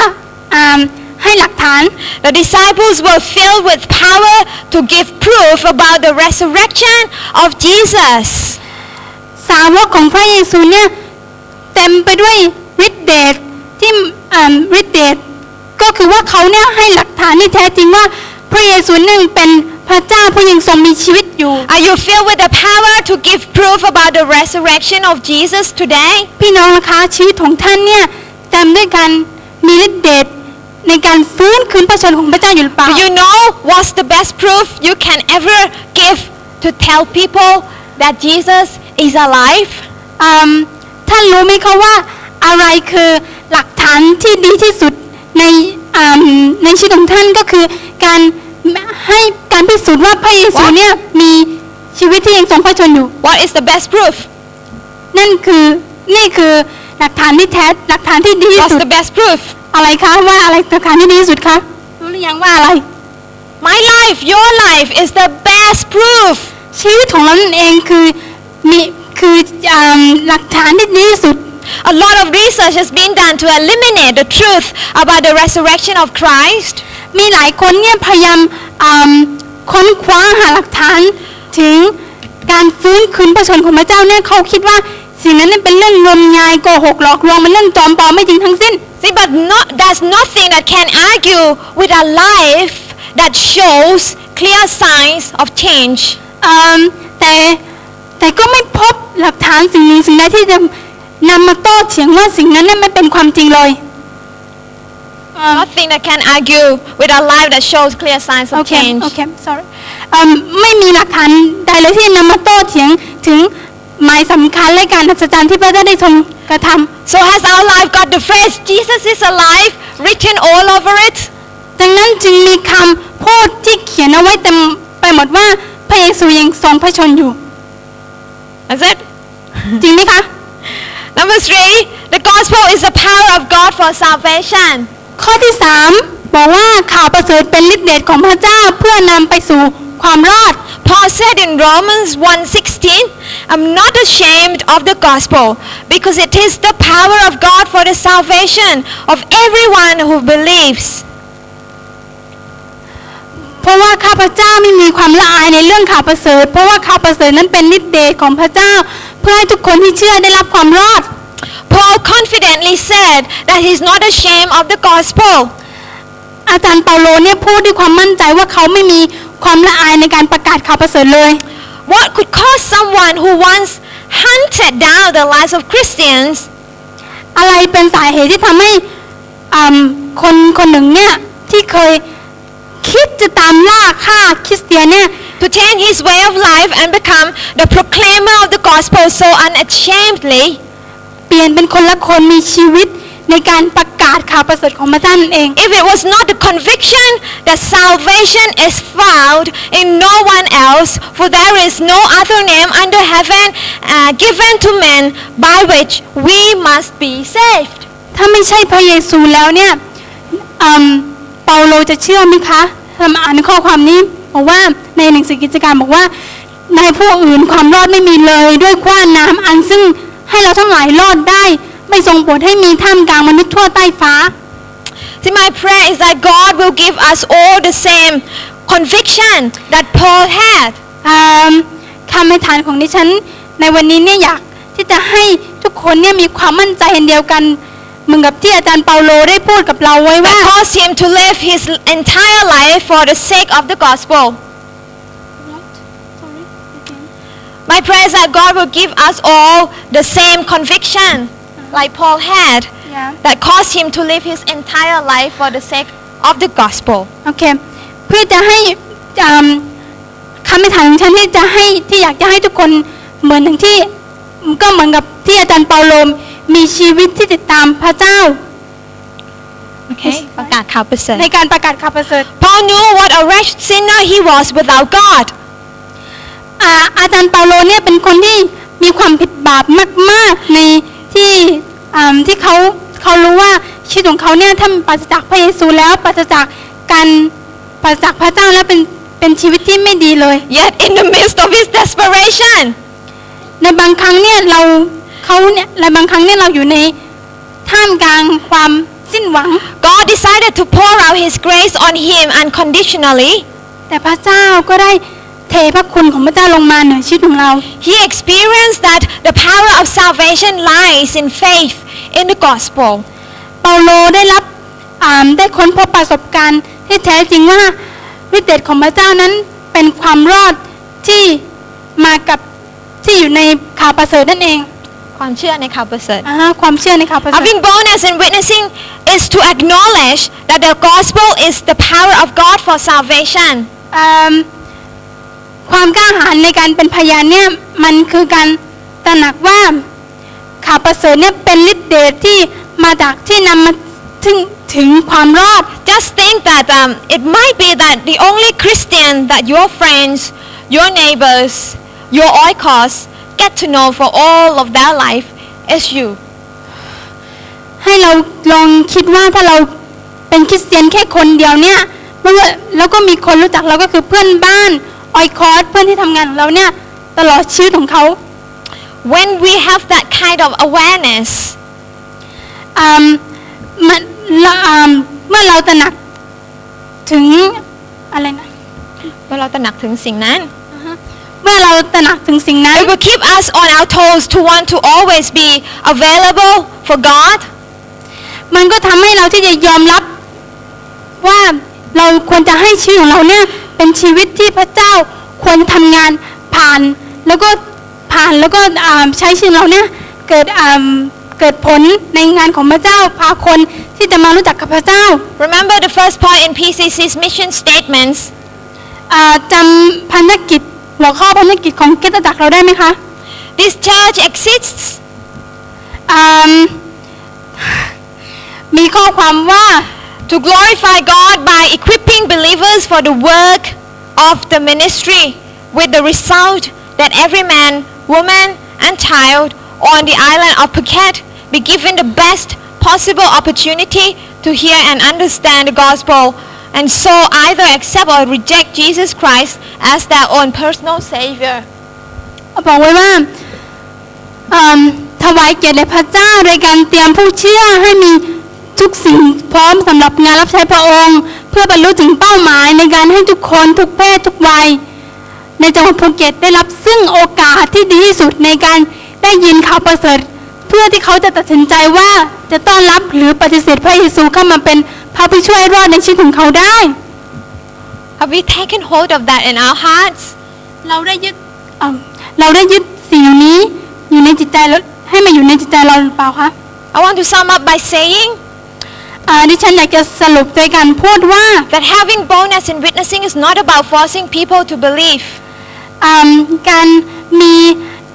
[SPEAKER 1] อืมให้หลักฐาน
[SPEAKER 2] The disciples were filled with power to give proof about the resurrection of Jesus.
[SPEAKER 1] สาวกของพระเยซูเนี่ยเต็มไปด้วยฤทธิเดชที่อืมฤทธิเดชก็คือว่าเขาเนี่ยให้หลักฐานที่แท้จริงว่าพระเยซูนั่นเป็นพระเจ้าผู้ยังทรงมีชีวิตอยู่
[SPEAKER 2] Are you filled with the power to give proof about the resurrection of Jesus today?
[SPEAKER 1] พี่น้องนะคะชีวิตของท่านเนี่ยเต็มด้วยการมีฤทธิเดชในการฟื้นคืนพระชนของพระเจ้าอยู่หรือเปล่า
[SPEAKER 2] Do you know what's the best proof you can ever give to tell people that Jesus is alive?
[SPEAKER 1] อืมท่านรู้ไหมคะว่าอะไรคือหลักฐานที่ดีที่สุดในอืมในชีวิตของท่านก็คือการให้การพิสูจน์ว่าพระเยซู
[SPEAKER 2] What?
[SPEAKER 1] เนี่ยมีชีวิตที่ยังทรงพระชนอยู่
[SPEAKER 2] What is the best proof?
[SPEAKER 1] นั่นคือนี่คือหลักฐานที่แท้หลักฐานที่ดีที่
[SPEAKER 2] What's
[SPEAKER 1] สุด
[SPEAKER 2] the best proof?
[SPEAKER 1] อะไรคะว่าอะไรหลักฐานที่ดีที่สุดคะรู้หรือยังว่าอะไร
[SPEAKER 2] My life, your life is the best proof.
[SPEAKER 1] ชีวิตของเรานั่นเองคือมีคืออืมหลักฐานที่ดีที่สุด
[SPEAKER 2] A lot of research has been done to eliminate the truth about the resurrection of Christ.
[SPEAKER 1] มีหลายคนเนี่ยพยายามอืมค้นคว้าหาหลักฐานถึงการฟื้นคืนพระชนของพระเจ้าเนี่ยเขาคิดว่าสิ่งนั้นเนี่ยเป็นเรื่องงมงายโกหกหลอกลวงมันเรื่องจอมปลอมไม่จริงทั้งสิ้น
[SPEAKER 2] See, but not, there's nothing that can argue with a life that shows clear signs of change.
[SPEAKER 1] อืมแต่แต่ก็ไม่พบหลักฐานสิ่งหนึ่งสิ่งใดที่จะนำมาโต้เถียงว่าสิ่งนั้นเนี่ยไม่เป็นความจริงเลย
[SPEAKER 2] Nothing that can argue with a life that shows clear signs
[SPEAKER 1] โอ
[SPEAKER 2] of
[SPEAKER 1] เค
[SPEAKER 2] change.
[SPEAKER 1] โอเค sorry อืมไม่มีหลักฐานใดเลยที่นำมาโต้เถียงถึงหมายสำคัญและการอัศจรรย์ที่พระเจ้าได้ทรงกระทำ
[SPEAKER 2] So has our life got the phrase Jesus is alive written all over it?
[SPEAKER 1] ดังนั้นจึงมีคำพูดที่เขียนเอาไว้เต็มไปหมดว่าพระเยซูยังทรงพระชนอยู่
[SPEAKER 2] That's it.
[SPEAKER 1] จริงไหมคะ
[SPEAKER 2] Number three, the gospel is the power of God for salvation.
[SPEAKER 1] ข้อที่ 3 บอกว่าข่าวประเสริฐเป็นฤทธิ์เดชของพระเจ้าเพื่อนำไปสู่ความรอด
[SPEAKER 2] Paul said in Romans 1:16, I'm not ashamed of the gospel because it is the power of God for the salvation of everyone who believes.
[SPEAKER 1] เพราะว่าข้าพเจ้าไม่มีความละอายในเรื่องข่าวประเสริฐ เพราะว่าข่าวประเสริฐนั้นเป็นฤทธิ์เดชของพระเจ้า เพื่อให้ทุกคนที่เชื่อได้รับความรอด
[SPEAKER 2] Paul confidently said that he's not ashamed of the gospel.
[SPEAKER 1] อาจารย์เปาโลเนี่ยพูดด้วยความมั่นใจว่าเขาไม่มีความละอายในการประกาศข่าวประเสริฐเลย
[SPEAKER 2] What could cause someone who once hunted down the lives of Christians
[SPEAKER 1] อะไรเป็นสาเหตุที่ทำให้อืมคนคนหนึ่งเนี่ยที่เคยคิดจะตามล่าฆ่าคริสเตียนเนี่ย
[SPEAKER 2] to change his way of life and become the proclaimer of the gospel so unashamedly?
[SPEAKER 1] เปลี่ยนเป็นคนละคนมีชีวิตในการประกาศข่าวประเสริฐของพระเจ้านั่นเอง
[SPEAKER 2] If it was not the conviction that salvation is found in no one else, for there is no other name under heaven uh, given to men by which we must be saved.
[SPEAKER 1] ถ้าไม่ใช่พระเยซูแล้วเนี่ยอืมเปาโลจะเชื่อไหมคะเรามาอ่านข้อความนี้บอกว่าในหนังสือกิจการบอกว่าในผู้อื่นความรอดไม่มีเลยด้วยคว้าน้ำอันซึ่งให้เราทั้งหลายรอดได้ ไม่ทรงโปรดให้มีท่ามกลางมนุษย์ทั่วใต้ฟ้า
[SPEAKER 2] See, my prayer is that God will give us all the same conviction that Paul had.
[SPEAKER 1] เอิ่มคำให้ฐานของดิฉัน ในวันนี้เนี่ยอยากที่จะให้ทุกคนเนี่ยมีความมั่นใจอันเดียวกันเหมือนกับที่อาจารย์เปาโลได้พูดกับเราไว้ว่า
[SPEAKER 2] That caused him to live his entire life for the sake of the gospel. My prayer is that God will give us all the same conviction like Paul had.
[SPEAKER 1] Yeah.
[SPEAKER 2] that caused him to live his entire life for the sake of the gospel.
[SPEAKER 1] โอเคเพื่อจะให้เอิ่มคำให้ฐานของฉันที่จะให้ที่อยากจะให้ทุกคนเหมือนถึงที่ก็เหมือนกับที่อาจารย์เปาโลมีชีวิตที่ติดตามพระเจ้า
[SPEAKER 2] Okay? ประกาศข่าวประเสริฐ
[SPEAKER 1] ในการประกาศข่าวประเสริฐ
[SPEAKER 2] Paul knew what a wretched sinner he was without God.
[SPEAKER 1] อ่าอาจารย์เปาโลเนี่ยเป็นคนที่มีความผิดบาปมาก ๆ ในที่อ่าที่เขาเขารู้ว่าชีวิตของเขาเนี่ยถ้ามันปราศจากพระเยซูแล้วปราศจากการปราศจากพระเจ้าแล้วเป็นเป็นชีวิตที่ไม่ดีเลย
[SPEAKER 2] Yet in the midst of his desperation,
[SPEAKER 1] ในบางครั้งเนี่ยเราเขาเนี่ยในบางครั้งเนี่ยเราอยู่ในท่ามกลางความสิ้นหวัง
[SPEAKER 2] God decided to pour out his grace on him unconditionally.
[SPEAKER 1] แต่พระเจ้าก็ได้เทพระคุณของพระเจ้าลงมาเหนือชีวิตของเรา
[SPEAKER 2] He experienced that the power of salvation lies in faith in the gospel.
[SPEAKER 1] เปาโลได้รับอ่าได้ค้นพบประสบการณ์ที่แท้จริงว่าฤทธิ์เดชของพระเจ้านั้นเป็นความรอดที่มากับที่อยู่ในข่าวประเสริฐนั่นเอง
[SPEAKER 2] ความเชื่อในข่าวประเสริฐ
[SPEAKER 1] อาความเชื่อในข่าวประเสริฐ
[SPEAKER 2] Having boldness in witnessing is to acknowledge that the gospel is the power of God for salvation.
[SPEAKER 1] อ่าความกล้าหาญในการเป็นพยานเนี่ยมันคือการตระหนักว่าข่าวประเสริฐเนี่ยเป็นฤทธิ์เดชที่มาจากที่นำมาถึงถึงความรอด
[SPEAKER 2] Just think that um, it might be that the only Christian that your friends, your neighbors, your oikos get to know for all of their life is you.
[SPEAKER 1] ให้เราลองคิดว่าถ้าเราเป็นคริสเตียนแค่คนเดียวเนี่ยไม่ว่าแล้วก็มีคนรู้จักเราก็คือเพื่อนบ้านออยคอร์สเพื่อนที่ทำงานของเราเนี่ยตลอดชีวิตของเขา
[SPEAKER 2] When we have that kind of awareness,
[SPEAKER 1] อืมมันละอืมเมื่อเราตระหนักถึงอะไรนะ
[SPEAKER 2] เมื่อเราตระหนักถึงสิ่งนั้น
[SPEAKER 1] เมื่อเราตระหนักถึงสิ่งนั้น
[SPEAKER 2] it will keep us on our toes to want to always be available for God.
[SPEAKER 1] มันก็ทำให้เราที่จะยอมรับว่าเราควรจะให้ชีวิตของเราเนี่ยเป็นชีวิตที่พระเจ้าควรทำงานผ่าน แล้วก็ผ่านแล้วก็อ่าใช้ชีวิตเราเนี่ยเกิดอ่าเกิดผลในงานของพระเจ้าพาคนที่จะมารู้จักกับพระเจ้า
[SPEAKER 2] Remember the first point in PCC's mission statements.
[SPEAKER 1] อ่าจำพันธกิจหัวข้อพันธกิจของคริสตจักรเราได้ไหมคะ
[SPEAKER 2] This church exists
[SPEAKER 1] อ่ามีข้อความว่า
[SPEAKER 2] to glorify God by equipping believers for the work of the ministry with the result that every man, woman, and child on the island of Phuket be given the best possible opportunity to hear and understand the gospel and so either accept or reject Jesus Christ as their own personal savior.
[SPEAKER 1] บอกไว้ว่าเอิ่มถวายเกียรติแด่พระเจ้าโดยการเตรียมผู้เชื่อให้มีทุกสิ่งพร้อมสำหรับงานรับใช้พระองค์ เพื่อบรรลุถึงเป้าหมายในการให้ทุกคนทุกเพศทุกวัย ในจังหวัดภูเก็ตได้รับซึ่งโอกาสที่ดีที่สุดในการได้ยินข่าวประเสริฐ เพื่อที่เขาจะตัดสินใจว่าจะต้อนรับหรือปฏิเสธพระเยซูเข้ามาเป็นพระผู้ช่วยรอดในชีวิตของเขาได้
[SPEAKER 2] Have we taken hold of that in our hearts?
[SPEAKER 1] เราได้ยึดเอิ่มเราได้ยึดสิ่งนี้อยู่ในจิตใจแล้วให้มาอยู่ในจิตใจเราหรือเปล่าคะ
[SPEAKER 2] I want to sum up by saying
[SPEAKER 1] อ่าดิฉันอยากจะสรุปโดยการพูดว่า
[SPEAKER 2] that having boldness in witnessing is not about forcing people to believe.
[SPEAKER 1] อืมการมี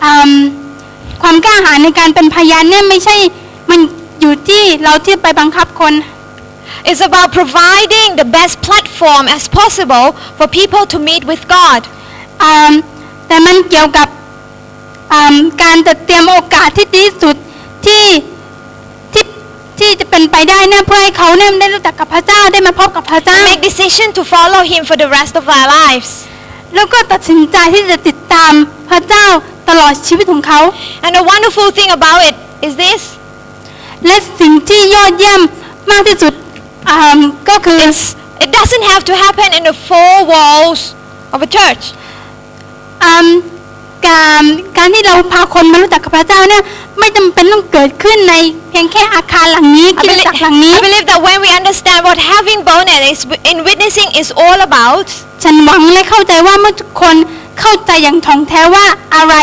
[SPEAKER 1] อืมความกล้าหาญในการเป็นพยานเนี่ยไม่ใช่มันอยู่ที่เราที่ไปบังคับคน
[SPEAKER 2] It's about providing the best platform as possible for people to meet with God.
[SPEAKER 1] อืมแต่มันเกี่ยวกับอืมการจัดเตรียมโอกาสที่ดีที่สุดที่ที่ที่จะเป็นไปได้เนี่ยเพื่อให้เขาเนี่ยได้รู้จักกับพระเจ้าได้มาพบกับพระเจ้า
[SPEAKER 2] And make decision to follow Him for the rest of our lives.
[SPEAKER 1] แล้วก็ตัดสินใจที่จะติดตามพระเจ้าตลอดชีวิตของเขา
[SPEAKER 2] And the wonderful thing about it is this:
[SPEAKER 1] และสิ่งที่ยอดเยี่ยมมากที่สุดอืมก็คือ
[SPEAKER 2] it's, it doesn't have to happen in the four walls of a church.
[SPEAKER 1] อืมการการที่เราพาคนมารู้จักกับพระเจ้าเนี่ยไม่จำเป็นต้องเกิดขึ้นในเพียงแค่อาคารหลังนี้
[SPEAKER 2] I
[SPEAKER 1] คริด
[SPEAKER 2] belie-
[SPEAKER 1] จักรหลังนี้
[SPEAKER 2] I believe that when we understand what having boldness is- in witnessing is all about,
[SPEAKER 1] ฉันหวังและเข้าใจว่าเมื่อทุกคนเข้าใจอย่างถ่องแท้ว่าอะไร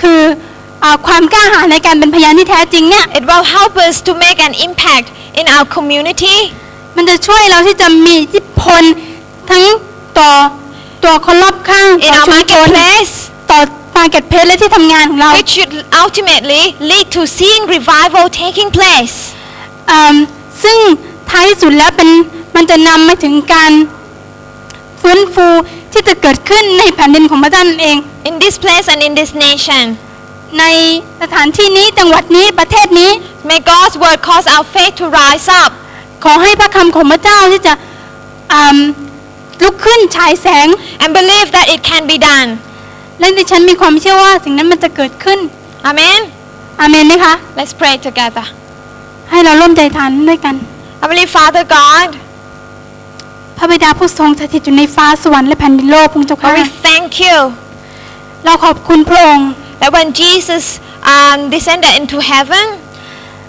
[SPEAKER 1] คืออาความกล้าหาญในการเป็นพยานที่แท้จริงเนี่ย
[SPEAKER 2] it will help us to make an impact in our community,
[SPEAKER 1] มันจะช่วยเราที่จะมีอิทธิพลทั้งต่อตัวคนรอบข้างต่
[SPEAKER 2] in
[SPEAKER 1] อ
[SPEAKER 2] our
[SPEAKER 1] ชุมชน
[SPEAKER 2] marketplace.
[SPEAKER 1] ต่อมาเก็ตเพจและที่ทำงานของเรา
[SPEAKER 2] which should ultimately lead to seeing revival taking place.
[SPEAKER 1] อืมซึ่ง ท้ายสุดแล้วเป็นมันจะนำมาถึงการฟื้นฟูที่จะเกิดขึ้นในแผ่นดินของพระเจ้านั่นเอง
[SPEAKER 2] in this place and in this nation.
[SPEAKER 1] ในสถานที่นี้จังหวัดนี้ประเทศนี้
[SPEAKER 2] May God's word cause our faith to rise up
[SPEAKER 1] ขอให้พระคำของพระเจ้าที่จะอืมลุกขึ้นฉายแสง
[SPEAKER 2] and believe that it can be done.
[SPEAKER 1] และดิฉันมีความเชื่อว่าสิ่งนั้นมันจะเกิดขึ้น
[SPEAKER 2] Amen.
[SPEAKER 1] อาเมนไหมคะ
[SPEAKER 2] Let's pray together.
[SPEAKER 1] ให้เราร่วมใจทานด้วยกัน
[SPEAKER 2] Heavenly Father God,
[SPEAKER 1] พระบิดาผู้ทรงสถิตอยู่ในฟ้าสวรรค์และแผ่นดินโลกพระองค์เจ้าค่ะ
[SPEAKER 2] Lord, we thank you
[SPEAKER 1] เราขอบคุณพระองค์
[SPEAKER 2] that when Jesus um, descended into heaven,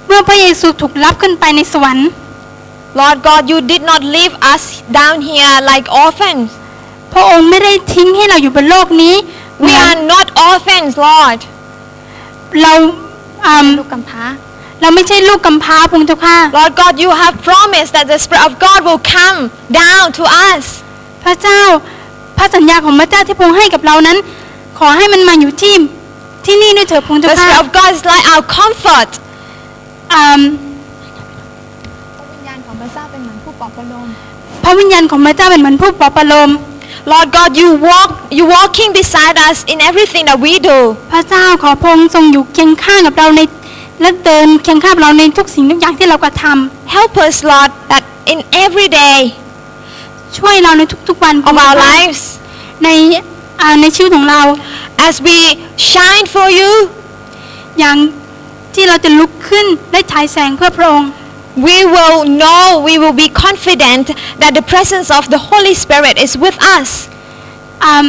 [SPEAKER 1] เมื่อพระเยซูถูกรับขึ้นไปในสวรรค์
[SPEAKER 2] Lord God, you did not leave us down here like orphans.
[SPEAKER 1] พระองค์ไม่ได้ทิ้งให้เราอยู่บนโลกนี้
[SPEAKER 2] We are not orphans, Lord.
[SPEAKER 1] เราอืม
[SPEAKER 2] Lord
[SPEAKER 1] เราไม่ใช่ลูกกำพร้าพระองค์เจ้าค่ะ
[SPEAKER 2] God, you have promised that the Spirit of God will come down to us.
[SPEAKER 1] พระเจ้า พระสัญญาของพระเจ้าที่พระองค์ให้กับเรานั้น ขอให้มันมาอยู่ที่ที่นี่ด้วยเถิดพระองค์เจ้า
[SPEAKER 2] The
[SPEAKER 1] ค่ะ
[SPEAKER 2] Spirit of God is like our comfort.
[SPEAKER 1] อืมพระวิญญาณของพระเจ้าเป็นเหมือนผู้ปลอบประโลม
[SPEAKER 2] Lord God, you walk, you walking beside us in everything that we do.
[SPEAKER 1] พระเจ้าขอพระองค์ทรงอยู่เคียงข้างกับเราใน และเดินเคียงข้างกับเราในทุกสิ่งทุกอย่างที่เรากระท
[SPEAKER 2] Help us, Lord, that in every day
[SPEAKER 1] ำช่วยเราในทุกๆวัน
[SPEAKER 2] of our lives,
[SPEAKER 1] ในอ่าในชีวิตของเรา
[SPEAKER 2] as we shine for you,
[SPEAKER 1] อย่างที่เราจะลุกขึ้นและฉายแสงเพื่อพระองค์
[SPEAKER 2] we will know, we will be confident that the presence of the Holy Spirit is with us.
[SPEAKER 1] อ่า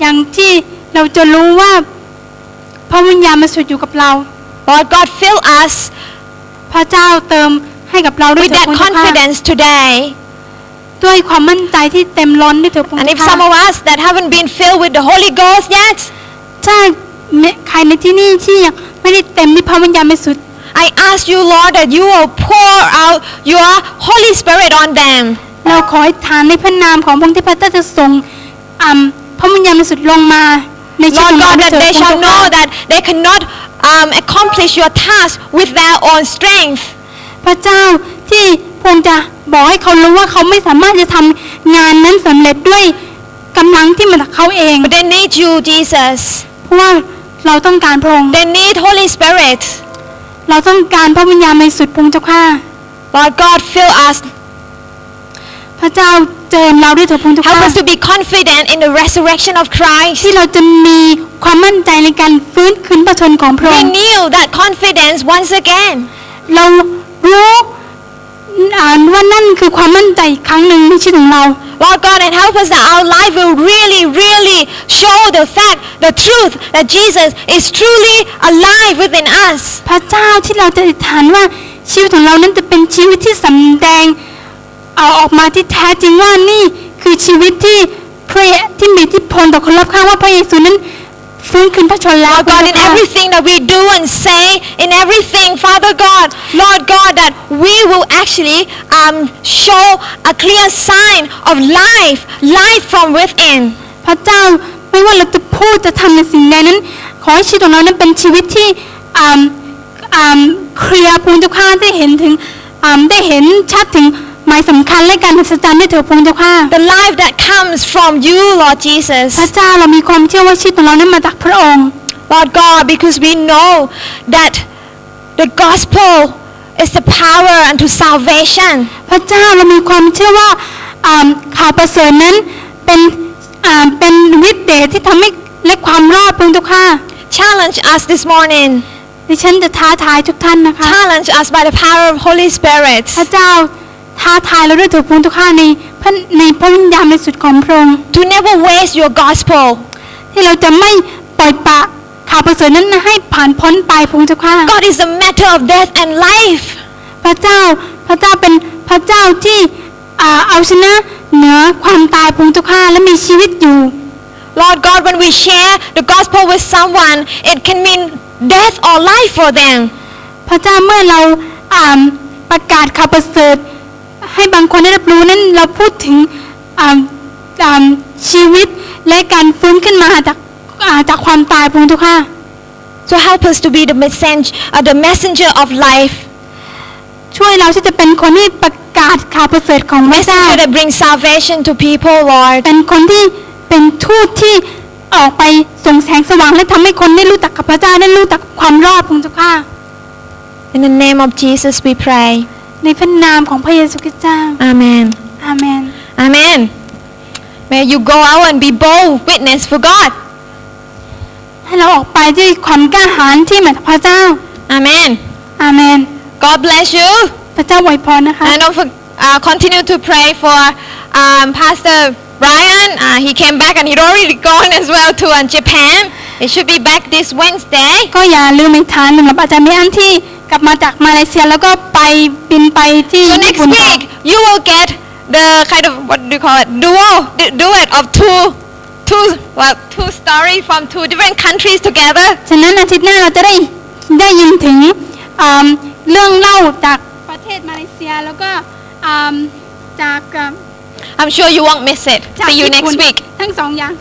[SPEAKER 1] อย่างที่เราจะรู้ว่าพระวิญญาณมาสุดอยู่กับเรา
[SPEAKER 2] Lord God, fill us
[SPEAKER 1] พระเจ้าเติมให้กับเราด้วย
[SPEAKER 2] with
[SPEAKER 1] เถิด
[SPEAKER 2] that
[SPEAKER 1] พระองค์เจ้าค่ะ
[SPEAKER 2] confidence today.
[SPEAKER 1] ด้วยความมั่นใจที่เต็มล้นด้วยเถิดพระองค์
[SPEAKER 2] And if
[SPEAKER 1] เจ้า
[SPEAKER 2] some
[SPEAKER 1] ค่ะ
[SPEAKER 2] of us that haven't been filled with the Holy Ghost yet,
[SPEAKER 1] ถ้าใครในที่นี่ที่ยังไม่ได้เต็มด้วยพระวิญญาณมาสุด
[SPEAKER 2] I ask you, Lord, that you will pour out your Holy Spirit on them.
[SPEAKER 1] เราขอให้ทานในพระนามของพระองค์ที่พระเจ้าจะทรงอ่ำพระวิญญาณบริสุทธิ์ลงมาในชีวิตขอ
[SPEAKER 2] Lord
[SPEAKER 1] งเรา
[SPEAKER 2] God,
[SPEAKER 1] ด้วย
[SPEAKER 2] that
[SPEAKER 1] เถิดพระ
[SPEAKER 2] they
[SPEAKER 1] องค์เจ้า
[SPEAKER 2] shall
[SPEAKER 1] ค่ะ
[SPEAKER 2] know that they cannot um, accomplish your task with their own strength.
[SPEAKER 1] พระเจ้าที่พระองค์จะบอกให้เขารู้ว่าเขาไม่สามารถจะทำงานนั้นสำเร็จด้วยกำลังที่มาจากเขาเอง
[SPEAKER 2] But they need you, Jesus.
[SPEAKER 1] เพราะว่าเราต้องการพระองค์
[SPEAKER 2] They need Holy Spirit.
[SPEAKER 1] เราต้องการพระวิญญาณบริสุทธิ์พระองค์เจ้าค่ะ
[SPEAKER 2] Lord God, fill us.
[SPEAKER 1] พระเจ้าเจิมเราด้วยเถิดพระองค์เจ้า
[SPEAKER 2] Help
[SPEAKER 1] ค่ะ
[SPEAKER 2] us to be confident in the resurrection of Christ.
[SPEAKER 1] ที่เราจะมีความมั่นใจในการฟื้นคืนประชนของพระองค์
[SPEAKER 2] Renew that confidence once again.
[SPEAKER 1] เรารู้อ่านว่านั่นคือความมั่นใจอีกครั้งหนึ่งในชีวิตของเรา
[SPEAKER 2] Lord God, and help us that our life will really, really show the fact, the truth that Jesus is truly alive within us.
[SPEAKER 1] พระเจ้าที่เราจะอธิษฐานว่าชีวิตของเรานั้นจะเป็นชีวิตที่สำแดงเอาออกมาที่แท้จริงว่านี่คือชีวิตที่พระเยที่มีอิที่พลต่อคนรอบข้างว่าพระเยซูนั้นฟื้นคืนพระชนแล้ว
[SPEAKER 2] Lord God, in everything that we do and say, in everything, Father God, Lord God, that we will actually um, show a clear sign of life, life from within.
[SPEAKER 1] พระเจ้าไม่ว่าเราจะพูดจะทำในสิ่งใดนั้น ขอให้ชีวิตของเรานั้นเป็นชีวิตที่อ่าอ่าเคลียร์ภูมิเจ้าข้าได้เห็นถึงอ่าได้เห็นชัดถึงหมายสำคัญและการหัศจรรย์ได้เถิดภูมิเจ้าข้า
[SPEAKER 2] The life that comes from you, Lord
[SPEAKER 1] พระ
[SPEAKER 2] Jesus.
[SPEAKER 1] เจ้าเรามีความเชื่อว่าชีวิตของเรานั้นมาจากพระองค์
[SPEAKER 2] Lord God, because we know that the gospel is the power unto salvation.
[SPEAKER 1] พระเจ้าเรามีความเชื่อว่าอ่าข่าวประเสริฐนั้นเป็นอ่าเป็นฤทธิ์เดชที่ทำให้และความรอดภูมิเจ้าข้า
[SPEAKER 2] Challenge us this morning.
[SPEAKER 1] ดิฉันจะท้าทายทุกท่านนะคะ
[SPEAKER 2] Challenge us by the power of Holy Spirit.
[SPEAKER 1] พระเจ้าท้าทายเราด้วยเถิดพระองค์เจ้าข้าในพระในพระวิญญาณในสุดของพระองค์
[SPEAKER 2] To never waste your gospel.
[SPEAKER 1] ที่เราจะไม่ปล่อยปละข่าวประเสริฐนั้นให้ผ่านพ้นไปพระองค์เจ้าข้า
[SPEAKER 2] God is a matter of death and life.
[SPEAKER 1] พระเจ้าพระเจ้าเป็นพระเจ้าที่อ่าเอาชนะเหนือความตายพระองค์เจ้าข้าและมีชีวิตอยู่
[SPEAKER 2] Lord God, when we share the gospel with someone, it can mean death or life for them.
[SPEAKER 1] พระเจ้าเมื่อเราอ่าประกาศข่าวประเสริฐให้บางคนได้รับรู้นั้นเราพูดถึงอ่าอ่าชีวิตและการฟื้นขึ้นมาจากอ่าจากความตายพระองค์เจ้าข้า
[SPEAKER 2] So help us to be the messenger, uh, the messenger of life.
[SPEAKER 1] ช่วยเราที่จะเป็นคนที่ประ กาศข่าวประเสริฐของพระเจ้า
[SPEAKER 2] That it brings salvation to people, Lord.
[SPEAKER 1] เป็นคนที่เป็นทูตที่ออกไปส่งแสงสว่างและทำให้คนได้รู้จักกับพระเจ้าได้รู้จักความรอดของเจ้าค่ะ
[SPEAKER 2] In the name of Jesus we pray.
[SPEAKER 1] ในพระนามของพระเยซูคริสต์เจ้า
[SPEAKER 2] Amen.
[SPEAKER 1] อาเมน
[SPEAKER 2] Amen. May you go out and be bold witness for God.
[SPEAKER 1] ให้เราออกไปด้วยความกล้าหาญที่มาจากพระเจ้า
[SPEAKER 2] Amen.
[SPEAKER 1] อาเมน
[SPEAKER 2] God bless you.
[SPEAKER 1] พระเจ้าอวยพรนะคะ
[SPEAKER 2] And don't for, uh, continue to pray for um, Pastor Brian. Uh, he came back and he'd already gone as well to uh, Japan. He should be back this Wednesday.
[SPEAKER 1] ก็อย่าลืมอีกทานสำหรับอาจารย์มิอันที่กลับมาจากมาเลเซียแล้วก็ไปบินไปที่
[SPEAKER 2] So
[SPEAKER 1] ญี่
[SPEAKER 2] next
[SPEAKER 1] ปุ่นต่อ
[SPEAKER 2] week you will get the kind of what do you call it duo du- duet of two two well two stories from two different countries together.
[SPEAKER 1] ฉะนั้นอาทิตย์หน้าเราจะได้ได้ยินถึงอืมเรื่องเล่าจากประเทศมาเลเซียแล้วก็อืมจากเอ่อ
[SPEAKER 2] I'm sure you won't miss it.
[SPEAKER 1] จาก
[SPEAKER 2] See you
[SPEAKER 1] ญี่ปุ่น
[SPEAKER 2] next week.
[SPEAKER 1] ทั้งสองอย่าง